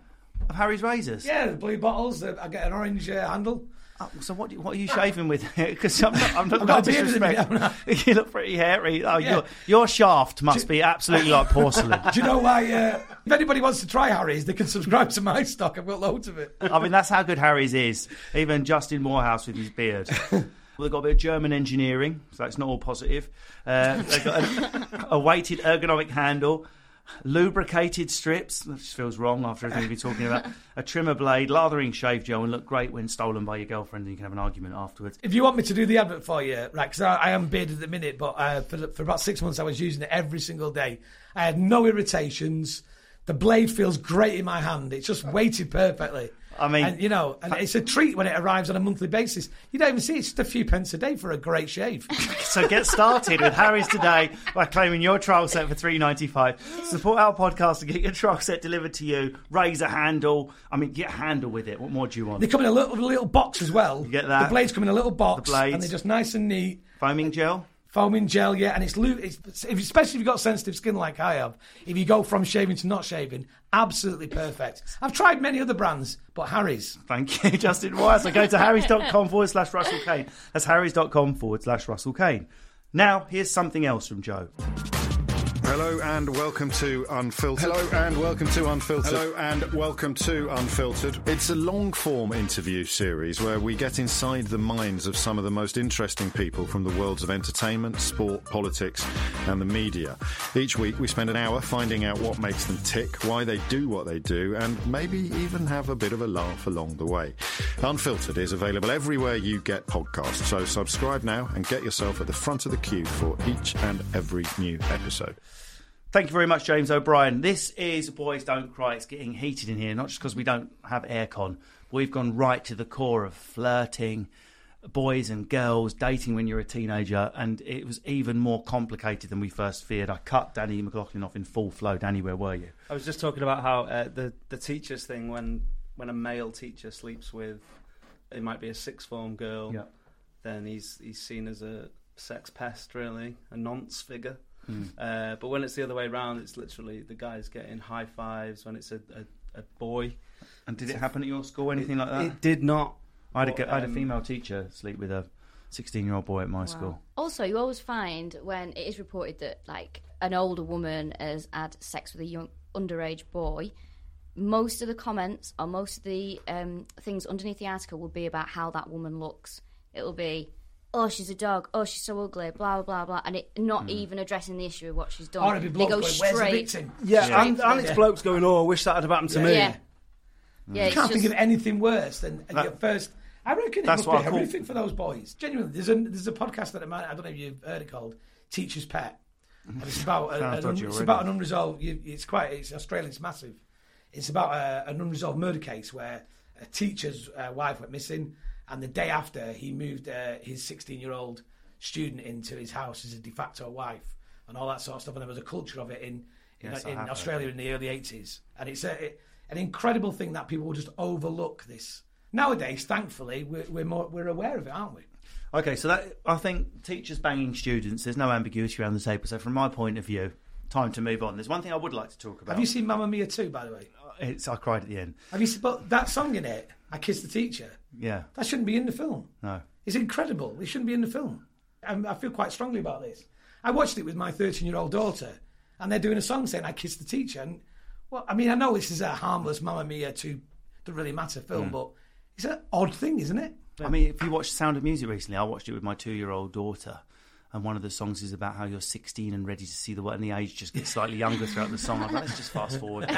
S2: of Harry's razors.
S3: Yeah, the blue bottles. uh, I get an orange uh, handle.
S2: Oh, so what? What are you shaving with? Because I'm not. I'm not
S3: I've got a beard in a minute,
S2: disrespect. you look pretty hairy. Oh,
S3: Yeah.
S2: your your shaft must be absolutely like porcelain.
S3: Do you know why? Uh, if anybody wants to try Harry's, they can subscribe to my stock. I've got loads of it.
S2: I mean, that's how good Harry's is. Even Justin Morehouse with his beard. Well, they've got a bit of German engineering, so it's not all positive. Uh, they've got a, a weighted ergonomic handle, lubricated strips, that just feels wrong after everything we've been talking about, a trimmer blade, lathering shave gel, and look great when stolen by your girlfriend and you can have an argument afterwards.
S3: If you want me to do the advert for you, right? Because I, I am bearded at the minute, but uh, for, the- for about six months I was using it every single day. I had no irritations. The blade feels great in my hand. It's just weighted perfectly.
S2: I mean-
S3: and, you know, and it's a treat when it arrives on a monthly basis. You don't even see it. it's just a few pence a day for a great shave.
S2: So get started with Harry's today by claiming your trial set for three ninety five. Support our podcast and get your trial set delivered to you. Razor handle. I mean, get a handle with it. What more do you want?
S3: They come in a little little box as well.
S2: get that?
S3: The blades come in a little box,
S2: The blades.
S3: and they're just nice and neat.
S2: Foaming gel.
S3: Foaming gel, yeah, and it's, lu- it's if, especially if you've got sensitive skin like I have. If you go from shaving to not shaving, absolutely perfect. I've tried many other brands, but Harry's.
S2: Thank you, Justin Wise. So go to harrys.com forward slash Russell Kane. That's harrys.com forward slash Russell Kane. Now, here's something else from Joe.
S6: Hello and welcome to Unfiltered. Hello and welcome to Unfiltered. Hello and welcome to Unfiltered. It's a long form interview series where we get inside the minds of some of the most interesting people from the worlds of entertainment, sport, politics, and the media. Each week we spend an hour finding out what makes them tick, why they do what they do, and maybe even have a bit of a laugh along the way. Unfiltered is available everywhere you get podcasts, so subscribe now and get yourself at the front of the queue for each and every new episode.
S2: Thank you very much, James O'Brien. This is Boys Don't Cry. It's getting heated in here, not just because we don't have aircon. We've gone right to the core of flirting, boys and girls, dating when you're a teenager, and it was even more complicated than we first feared. I cut Danny McLaughlin off in full flow. Danny, where were you?
S4: I was just talking about how uh, the the teachers thing when when a male teacher sleeps with it might be a sixth form girl,
S2: Yeah.
S4: then he's he's seen as a sex pest really, a nonce figure.
S2: Hmm.
S4: Uh, but when it's the other way around, it's literally the guy's getting high fives when it's a, a, a boy.
S2: And did it happen at your school? Anything like that?
S4: It did not.
S2: I had, a,
S4: But,
S2: g- I had a
S4: um,
S2: female teacher sleep with a 16 year old boy at my school.
S5: Also, you always find when it is reported that like an older woman has had sex with a young underage boy, most of the comments or most of the um, things underneath the article will be about how that woman looks. It'll be oh, she's a dog, oh, she's so ugly, blah, blah, blah, and it not even addressing the issue of what she's done.
S3: Or Hmm. Oh, it'd be
S5: they go
S3: blocked. Where's the
S5: straight.
S3: victim?
S7: Yeah,
S5: Straight
S7: and,
S5: for
S7: and
S5: it.
S7: it's blokes going, oh, I wish that had happened to me.
S5: Yeah. Yeah,
S3: I Hmm. can't
S5: it's just,
S3: think of anything worse than your first. I reckon it
S2: That's
S3: must
S2: what
S3: be
S2: I call-
S3: horrific for those boys. Genuinely, there's a there's a podcast that I'm on, I don't know if you've heard it called Teacher's Pet. And it's about a,
S2: Sounds
S3: an,
S2: dodgy
S3: it's
S2: already.
S3: about an unresolved. You, it's quite it's Australian. It's massive. It's about a, an unresolved murder case where a teacher's uh, wife went missing, and the day after he moved uh, his 16 year old student into his house as a de facto wife and all that sort of stuff. And there was a culture of it in in,
S2: Yes, I
S3: in
S2: have heard
S3: Australia in the early 80s. And it's a, it, an incredible thing that people will just overlook this. Nowadays, thankfully, we're, we're, more, we're aware of it, aren't we?
S2: Okay, so that I think teachers banging students. There's no ambiguity around the table. So from my point of view, time to move on. There's one thing I would like to talk about.
S3: Have you seen Mamma Mia 2, by the way?
S2: It's I cried at the end.
S3: Have you seen but that song in it? I Kissed the Teacher.
S2: Yeah.
S3: That shouldn't be in the film.
S2: No.
S3: It's incredible. It shouldn't be in the film. i I feel quite strongly about this. I watched it with my 13 year old daughter, and they're doing a song saying, I kissed the teacher. And, well, I mean, I know this is a harmless Mamma Mia 2, doesn't really matter film,
S2: Mm.
S3: but it's an odd thing, isn't it?
S2: I mean, if you watch Sound of Music recently, I watched it with my two-year-old daughter, and one of the songs is about how you're 16 and ready to see the world, and the age just gets slightly younger throughout the song. I'm like, let's just fast forward.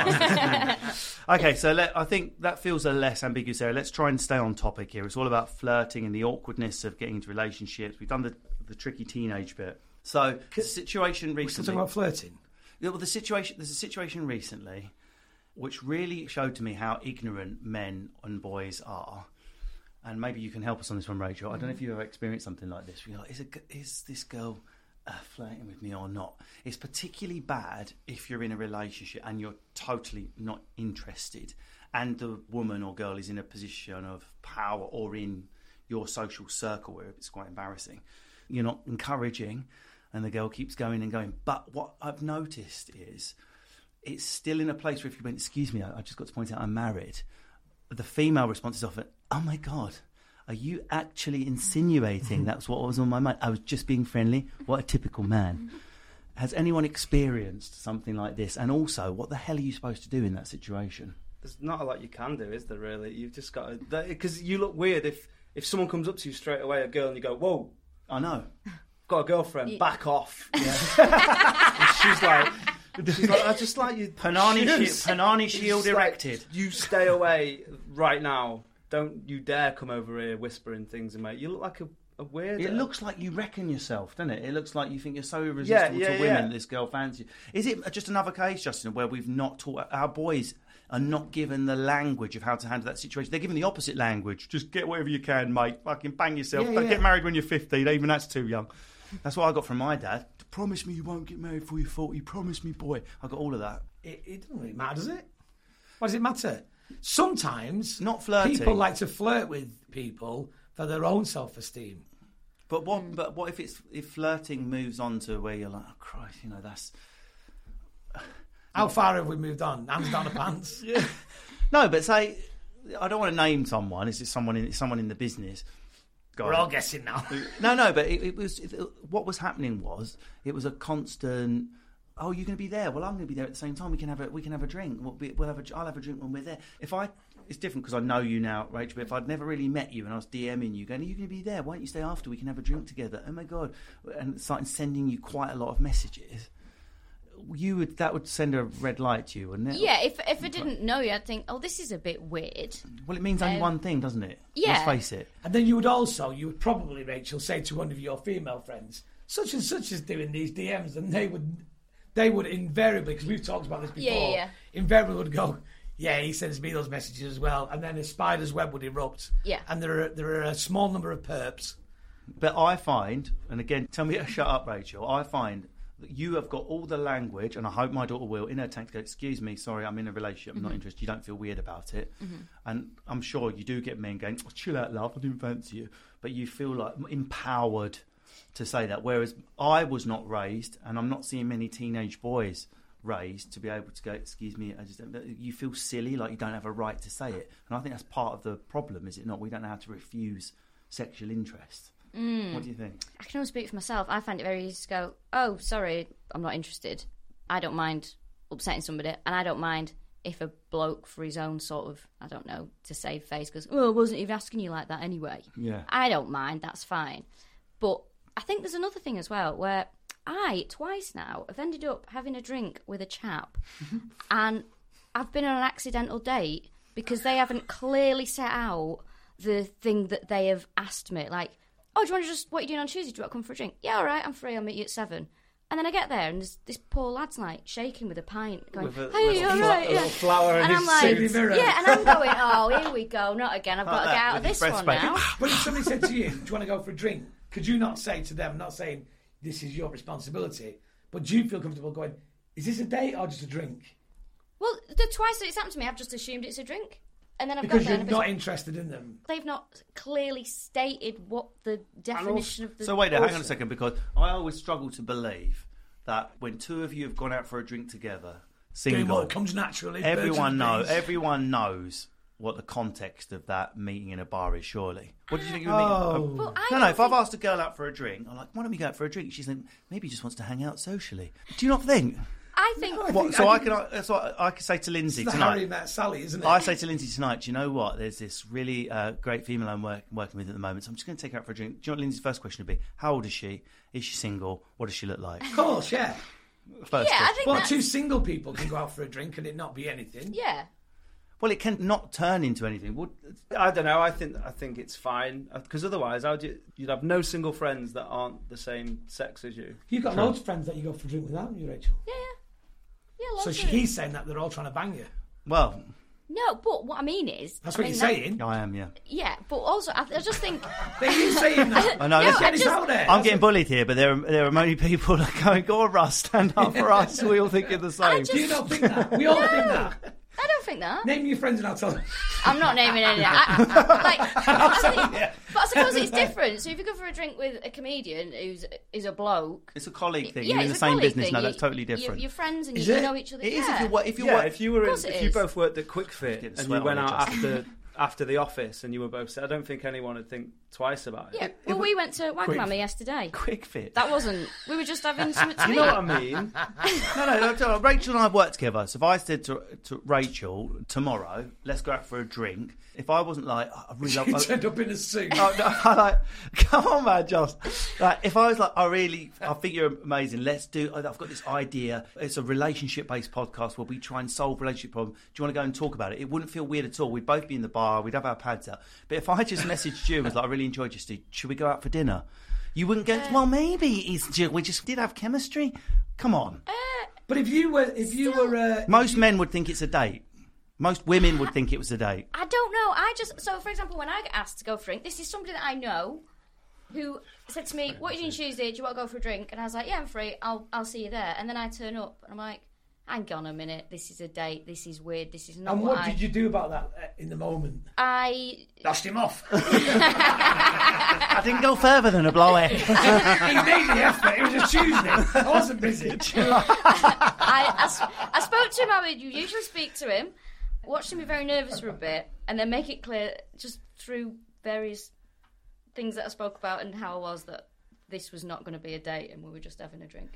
S2: okay, so let, I think that feels a less ambiguous area. Let's try and stay on topic here. It's all about flirting and the awkwardness of getting into relationships. We've done the the tricky teenage bit. So the situation
S3: Still
S2: recently.
S3: talking about flirting.
S2: Yeah, well, the situation there's a situation recently which really showed to me how ignorant men and boys are. And maybe you can help us on this one, Rachel. I don't know if you've ever experienced something like this. Where you're like, is, a g is this girl uh, flirting with me or not? It's particularly bad if you're in a relationship and you're totally not interested, and the woman or girl is in a position of power or in your social circle where it's quite embarrassing. You're not encouraging, and the girl keeps going and going. But what I've noticed is it's still in a place where if you went, excuse me, I, I just got to point out I'm married, the female response is often, oh my God, are you actually insinuating that's what was on my mind? I was just being friendly. What a typical man. Has anyone experienced something like this? And also, what the hell are you supposed to do in that situation?
S4: there's not a lot you can do, is there? Really, you've just got to because you look weird if if someone comes up to you straight away, a girl, and you go, "Whoa,
S2: I know.
S4: got a girlfriend, back off." And she's like. She's like, I just like you.
S2: Panani,
S4: shoes."
S2: shi- Panani shield
S4: It's like,
S2: erected.
S4: you stay away right now. Don't you dare come over here whispering things, mate. You look like a, a weirdo.
S2: It looks like you reckon yourself, doesn't it? It looks like you think you're so irresistible
S4: yeah,
S2: to women.
S4: yeah.
S2: that This girl fancies you. Is it just another case, Justin, where we've not taught our boys are not given the language of how to handle that situation? They're given the opposite language. Just get whatever you can, mate. Fucking bang yourself.
S3: Yeah,
S2: Don't
S3: yeah.
S2: get married when you're 15. Even that's too young. That's what I got from my dad. Promise me you won't get married before you're 40. Promise me, boy. I got all of that.
S3: It, it doesn't really matter, does it? Why does it matter? Sometimes
S2: Not flirting.
S3: people like to flirt with people for their own self esteem.
S2: But what?
S4: Mm.
S2: But what if it's if flirting moves on to where you're like, oh Christ, you know that's
S3: How far have we moved on? Hands down the pants.
S2: No, but say I don't want to name someone. It's just someone in it's someone in the business. Go
S3: We're
S2: on.
S3: all guessing now.
S2: No, no, but it, it was it, what was happening was it was a constant. Oh, you're going to be there. Well, I'm going to be there at the same time. We can have a we can have a drink. We'll, be, we'll have a, I'll have a drink when we're there. If I it's different because I know you now, Rachel. But if I'd never really met you and I was DMing you, going, "Are you going to be there? Why don't you stay after? We can have a drink together." Oh my god! And starting sending you quite a lot of messages. You would that would send a red light to you, wouldn't it?
S5: yeah, if, if I didn't know you, I'd think, oh, this is a bit weird.
S2: Well, it means only one thing, doesn't it? Let's
S5: Um, yeah.
S2: face it.
S3: And then you would also, you would probably, Rachel, say to one of your female friends, such and such is doing these DMs, and they would, they would invariably, because we've talked about this
S5: Yeah,
S3: before,
S5: yeah, yeah.
S3: invariably would go, yeah, he sends me those messages as well, and then a spider's web would erupt.
S5: Yeah.
S3: And there are there are a small number of perps.
S2: But I find, and again, tell me to shut up, Rachel. I find that you have got all the language, and I hope my daughter will, in her text, go, Excuse me, sorry, I'm in a relationship, I'm not interested, you don't feel weird about it. And I'm sure you do get men going, oh, Chill out, love, I didn't fancy you. But you feel like empowered to say that. Whereas I was not raised, and I'm not seeing many teenage boys raised to be able to go excuse me i just you feel silly like you don't have a right to say it and i think that's part of the problem is it not we don't know how to refuse sexual interest
S5: Mm.
S2: what do you think?
S5: I can only speak for myself. I find it very easy to go, oh, sorry, I'm not interested. I don't mind upsetting somebody, and I don't mind if a bloke, for his own sort of, I don't know, to save face, goes, oh, I wasn't even asking you like that anyway.
S2: Yeah.
S5: I don't mind, that's fine. But I think there's another thing as well where I twice now have ended up having a drink with a chap, and I've been on an accidental date because they haven't clearly set out the thing that they have asked me. Like, oh, do you want to just what are you doing on Tuesday? Do you want to come for a drink? Yeah, all right, I'm free. I'll meet you at seven. And then I get there, and there's this poor lad's like shaking with a pint, going,
S4: With a
S5: "Hey, you
S4: little
S5: all
S4: fla-
S5: right?"
S4: a
S5: yeah.
S4: little flower in
S5: and I'm
S4: his
S5: like,
S4: suit.
S3: mirror.
S5: "Yeah," and I'm going, "Oh, here we go, not again. I've got to
S4: that,
S5: get out of
S4: with his
S5: this one
S4: breastbone.
S5: now."
S3: But if somebody said to you, "Do you want to go for a drink?" Could you not say to them, not saying this is your responsibility, but do you feel comfortable going? Is this a date or just a drink?
S5: Well, the twice that it's happened to me, I've just assumed it's a drink, and then I've
S3: Because
S5: got there.
S3: you're
S5: and I've
S3: not interested in them.
S5: they've not clearly stated what the
S2: And
S5: definition
S2: also-
S5: of the.
S2: so wait, a hang on a second, because I always struggle to believe that when two of you have gone out for a drink together,
S3: Doing
S2: single,
S3: what comes naturally. birds
S2: everyone
S3: and
S2: know,
S3: bees.
S2: everyone knows what the context of that meeting in a bar is. Surely, what do you think? Of
S3: Oh.
S2: meeting?
S5: Well, I
S2: No, no.
S5: don't
S2: If I've
S5: think-
S2: asked a girl out for a drink, I'm like, "Why don't we go out for a drink?" She's like, "Maybe just wants to hang out socially." Do you not think?
S5: I think
S3: No, I
S2: What,
S3: think-
S2: so I,
S3: think
S2: can. I, that's what I, I can say to Lindsay
S3: It's the
S2: tonight.
S3: Harry Met Sally, isn't it?
S2: I say to Lindsay tonight, do you know what? There's this really uh, great female I'm work- working with at the moment, so I'm just going to take her out for a drink. Do you know what Lindsay's first question would be? How old is she? Is she single? What does she look like?
S3: of course, yeah.
S2: First
S5: Yeah, I
S2: question.
S5: think
S3: Well,
S5: that's,
S3: two single people can go out for a drink and it not be anything.
S5: yeah.
S2: Well, it can not turn into anything. Would,
S4: I don't know. I think I think it's fine because otherwise, how would you, you'd have no single friends that aren't the same sex as you.
S3: You've got loads of friends that you go for a drink with, haven't you, Rachel?
S5: Yeah, yeah. Yeah, lots
S3: So
S5: of
S3: she,
S5: it.
S3: he's saying that they're all trying to bang you.
S2: well,
S5: No, but what I mean is.
S3: That's
S5: I
S3: what
S5: mean,
S3: you're
S5: that-
S3: saying.
S2: I am, yeah.
S5: Yeah, but also, I, I just think.
S3: They you saying that.
S2: I know.
S5: No,
S2: listen,
S5: I
S3: Get this
S5: just-
S3: out there.
S2: I'm getting bullied here, but there are, there are many people that are going, go on, Russ, stand up for us. We all think you're the same.
S5: just-
S3: Do you not think that? We all think that.
S5: I don't think that.
S3: Name your friends and I'll tell them.
S5: I'm not naming any. I, I, like, I think, but I suppose it's different. So if you go for a drink with a comedian who's is a bloke,
S2: It's a colleague thing.
S5: yeah,
S2: you're in the
S5: it's a
S2: same
S5: colleague
S2: business
S5: thing.
S2: now.
S5: You-
S2: That's totally
S5: you-
S2: different.
S5: You're friends and
S3: Is
S5: you
S3: it?
S5: know each other.
S2: It is
S5: yeah.
S2: if you were. If you
S4: yeah,
S2: were
S4: if you were
S5: Of
S4: in,
S5: course it
S4: if you
S5: is.
S4: both worked at Quick Fit
S2: Getting
S4: and
S2: sweat
S4: you
S2: on
S4: went
S2: it,
S4: out
S2: Justin.
S4: after after the office and you were both, I don't think anyone would think twice about it.
S5: Yeah, well, we went to Wagamama yesterday.
S2: quick fit.
S5: That wasn't. We were just having something to
S4: You
S5: eat.
S4: know what I mean?
S2: No, no, no, no, Rachel and I have worked together. So if I said to, to Rachel tomorrow, let's go out for a drink. If I wasn't like, "Oh, I really
S3: You
S2: love. I,
S3: turned up in a suit.
S2: oh, no, I like, come on, man, Joss. Like, if I was like, I really, I think you're amazing. Let's do. I've got this idea. It's a relationship-based podcast where we try and solve relationship problems. Do you want to go and talk about it? It wouldn't feel weird at all. We'd both be in the bar. We'd have our pads out. But if I just messaged you and was like, I really enjoyed you, Steve. Should we go out for dinner? You wouldn't go. Well, maybe it's, we just did have chemistry. Come on.
S3: But if you were, if you were, uh,
S2: Most men would think it's a date. Most women would think it was a date.
S5: I don't know. I just so for example, when I get asked to go for a drink, this is somebody that I know who said to me, "What are you doing Tuesday? Do you want to go for a drink?" And I was like, "Yeah, I'm free. I'll I'll see you there." And then I turn up and I'm like, "Hang on a minute. This is a date. This is weird. This is not
S3: and
S5: what,
S3: what
S5: I."
S3: did you do about that uh, in the moment?
S5: I
S3: Dusted him off.
S2: I didn't go further than a blower.
S3: he made the effort. It was a Tuesday. I wasn't busy.
S5: I, I, s- I spoke to him how you usually speak to him, watched him be very nervous for a bit, and then make it clear just through various things that I spoke about and how I was that this was not going to be a date and we were just having a drink.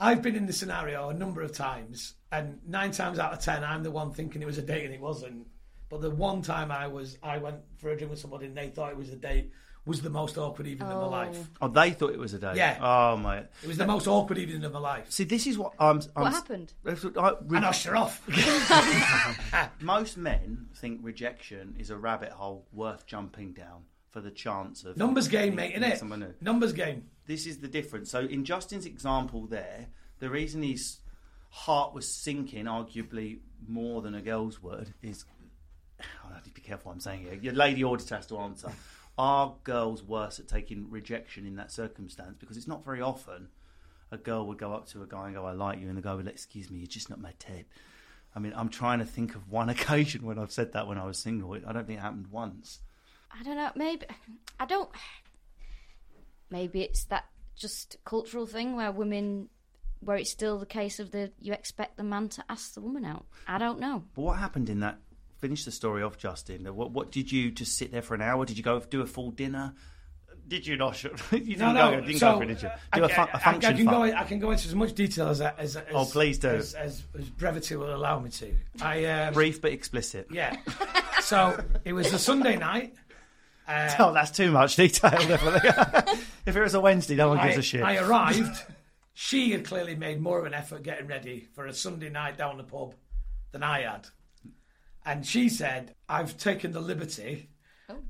S3: I've been in the scenario a number of times, and nine times out of ten, I'm the one thinking it was a date and it wasn't. But the one time I was, I went for a drink with somebody and they thought it was a date was the most awkward evening of my life.
S2: oh, they thought it was a date.
S3: Yeah.
S2: Oh my.
S3: It was the most awkward evening of my life.
S2: See, this is what I'm. I'm
S5: What happened?
S2: That's what I- re-
S3: And I her off.
S2: most men think rejection is a rabbit hole worth jumping down for the chance of
S3: Numbers game, mate,
S2: meeting
S3: innit?
S2: Someone new.
S3: Numbers game.
S2: This is the difference. So in Justin's example, there, the reason his heart was sinking, arguably more than a girl's would, is I need to be careful what I'm saying here. Your lady auditor has to answer. Are girls worse at taking rejection in that circumstance? Because it's not very often a girl would go up to a guy and go, I like you, and the guy would, like, excuse me, you're just not my type. I mean, I'm trying to think of one occasion when I've said that when I was single. I don't think it happened once.
S5: I don't know. Maybe I don't. Maybe it's that just cultural thing where women, where it's still the case of the you expect the man to ask the woman out. I don't know.
S2: But what happened in that? Finish the story off, Justin. What, what did you just sit there for an hour? Did you go do a full dinner? Did you not? You didn't, go, you didn't
S3: so, uh,
S2: go for it, did you? Do
S3: I-
S2: a, fu-
S3: I-
S2: a
S3: I-
S2: function
S3: I, can
S2: fun.
S3: go. in- I can go into as much detail as I- as, as
S2: Oh, please do.
S3: As, as, as brevity will allow me to. I um,
S2: Brief but explicit.
S3: Yeah. so it was a Sunday night. Uh,
S2: Oh, that's too much detail. definitely. if it was a Wednesday, no one gives a shit.
S3: I arrived. she had clearly made more of an effort getting ready for a Sunday night down the pub than I had. And she said, I've taken the liberty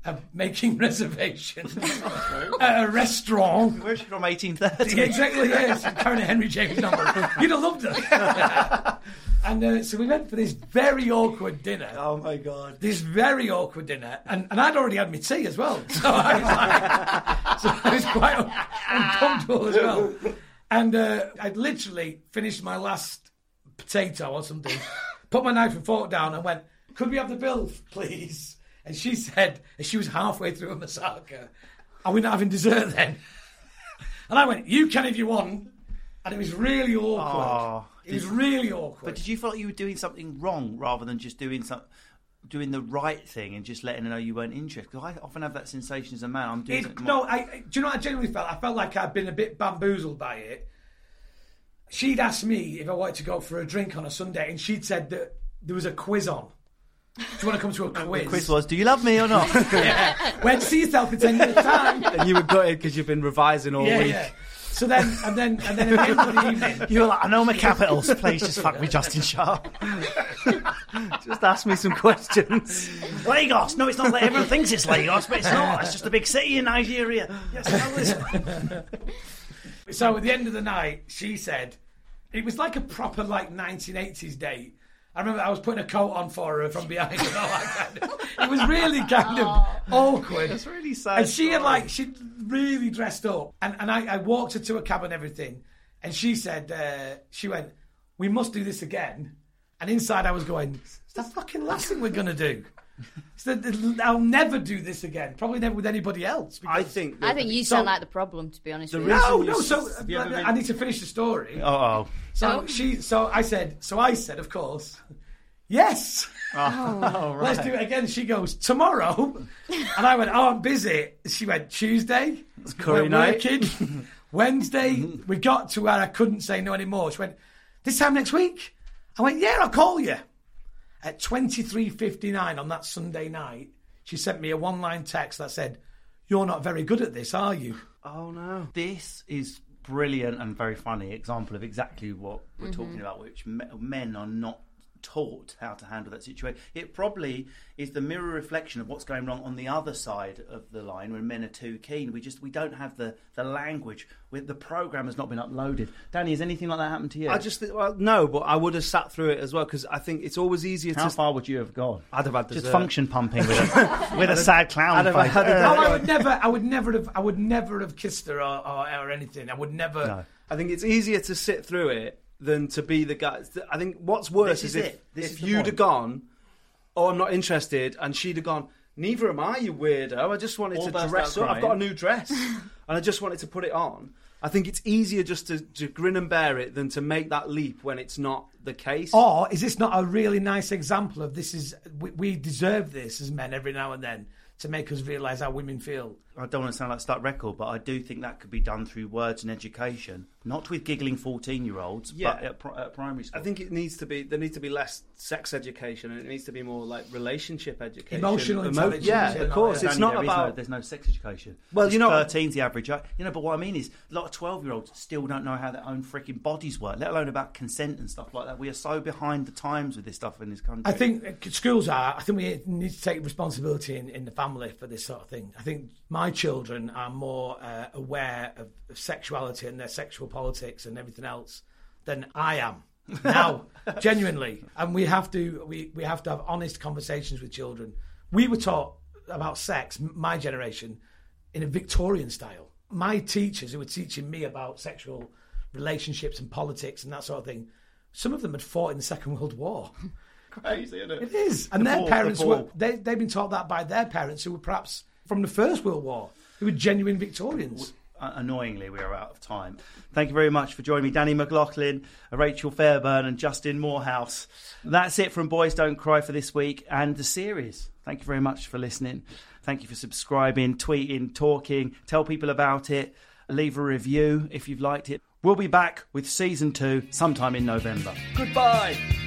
S3: of making reservations at a restaurant.
S2: Where's she from? 1830.
S3: Yeah, exactly, yes. I'm carrying a Henry James number. You'd have loved her. and uh, so we went for this very awkward dinner
S2: Oh my god.
S3: this very awkward dinner, and, and I'd already had my tea as well, so I was, like, so I was quite un- uncomfortable as well. And uh, I'd literally finished my last potato or something, put my knife and fork down, and went, "Could we have the bill, please?" And she said, and she was halfway through a masaka, "Are we not having dessert then?" And I went, "You can if you want," and it was really awkward.
S2: Aw.
S3: it was really awkward.
S2: But did you feel like you were doing something wrong rather than just doing some, doing the right thing and just letting her know you weren't interested? Because I often have that sensation as a man. I'm doing
S3: It,
S2: something
S3: no,
S2: wrong.
S3: I, I- do you know what I genuinely felt? I felt like I'd been a bit bamboozled by it. She'd asked me if I wanted to go for a drink on a Sunday, and she'd said that there was a quiz on. Do you want to come to a quiz?
S2: Quiz was, do you love me or not?
S3: Where to see yourself in ten years' time?
S4: and you were gutted because you've been revising all
S3: yeah,
S4: week.
S3: yeah. So then, and then, and then, at the end of the evening,
S2: you were like, I know my capitals. Please just fuck me, Justin Sharp.
S4: Just ask me some questions.
S2: Lagos. No, it's not. Like everyone thinks it's Lagos, but it's not. It's just a big city in Nigeria. Yes, I know this.
S3: So at the end of the night, she said, it was like a proper like 1980s date. I remember I was putting a coat on for her from behind and all that kind of. It was really kind of awkward. It's
S4: really sad
S3: And she had
S4: story.
S3: like she really dressed up, and and I, I walked her to a cab and everything, and she said uh, she went, "We must do this again." And inside I was going, "It's the fucking last thing we're gonna do." It's the- I'll never do this again. Probably never with anybody else.
S4: I
S3: because-
S4: think.
S5: I think you sound
S3: So-
S5: like the problem, to be honest.
S4: The
S5: with
S4: reason-
S5: you.
S3: No,
S4: you-
S3: no. So uh,
S4: Have you ever been-
S3: I need to finish the story.
S2: Oh,
S3: So she, so I said, so I said, of course, yes. Let's do it again. She goes tomorrow, and I went, oh, I'm busy. She went Tuesday. It's
S4: curry night.
S3: Working. Wednesday, we got to where I couldn't say no anymore. She went, this time next week. I went, yeah, I'll call you. At twenty three fifty nine on that Sunday night, she sent me a one line text that said, "You're not very good at this, are you?"
S4: Oh no.
S2: this is brilliant and very funny example of exactly what we're talking about, which me- men are not taught how to handle that situation. It probably is the mirror reflection of what's going wrong on the other side of the line when men are too keen. We just we don't have the the language. We, the program has not been uploaded. Danny, has anything like that happened to you?
S4: I just think, well, no, but I would have sat through it as well because I think it's always easier
S2: how
S4: to.
S2: far would you have gone?
S4: I'd have had
S2: Just
S4: dessert.
S2: function pumping with a, with a sad clown
S4: I'd have
S2: face.
S4: had a-
S3: Oh, I would never, I would never have, I would never have kissed her or, or, or anything. I would never.
S2: No.
S4: I think it's easier to sit through it than to be the guy. I think what's worse
S2: This is
S4: is, if,
S2: it. This
S4: if
S2: is the
S4: you'd
S2: one.
S4: have gone, oh, I'm not interested, and she'd have gone, neither am I, you weirdo. I just wanted
S2: All
S4: to
S2: burst
S4: dress
S2: out
S4: up. I've got a
S2: crying.
S4: new dress, and I just wanted to put it on. I think it's easier just to, to grin and bear it than to make that leap when it's not the case.
S2: Oh.
S3: Or is this not a really nice example of this? Is we, we deserve this as men every now and then to make us realise how women feel.
S2: I don't want to sound like Stuck Record, but I do think that could be done through words and education, not with giggling 14 year olds,
S4: Yeah.
S2: but at, pri- at primary school.
S4: I think it needs to be. There needs to be less sex education, and it needs to be more like relationship education,
S3: Emotional
S4: Emo-
S3: intelligence
S4: Yeah,
S3: and
S4: of
S3: all
S4: course.
S3: that.
S4: It's
S2: Danny,
S4: not
S2: there is no,
S4: about.
S2: there's no sex education.
S4: Well,
S2: It's
S4: you know-
S2: 13's the average. You know, but what I mean is, a lot of 12 year olds still don't know how their own freaking bodies work, let alone about consent and stuff like that. We are so behind the times with this stuff in this country.
S3: I think uh, schools are. I think we need to take responsibility in, in the family for this sort of thing. I think my children are more uh, aware of, of sexuality and their sexual politics and everything else than I am now, genuinely. And we have to we, we have to have honest conversations with children. We were taught about sex, m- my generation, in a Victorian style. My teachers who were teaching me about sexual relationships and politics and that sort of thing, some of them had fought in the Second World War.
S2: crazy, isn't
S3: It is, and their
S2: ball, the
S3: parents were
S2: ball.
S3: they, they've been taught that by their parents, who were perhaps from the First World War, who were genuine Victorians.
S2: Uh, annoyingly, we are out of time. Thank you very much for joining me, Danny McLaughlin, Rachel Fairburn, and Justin Morehouse. That's it from Boys Don't Cry for this week and the series. Thank you very much for listening. Thank you for subscribing, tweeting, talking. Tell people about it. Leave a review if you've liked it. We'll be back with season two sometime in November.
S4: Goodbye.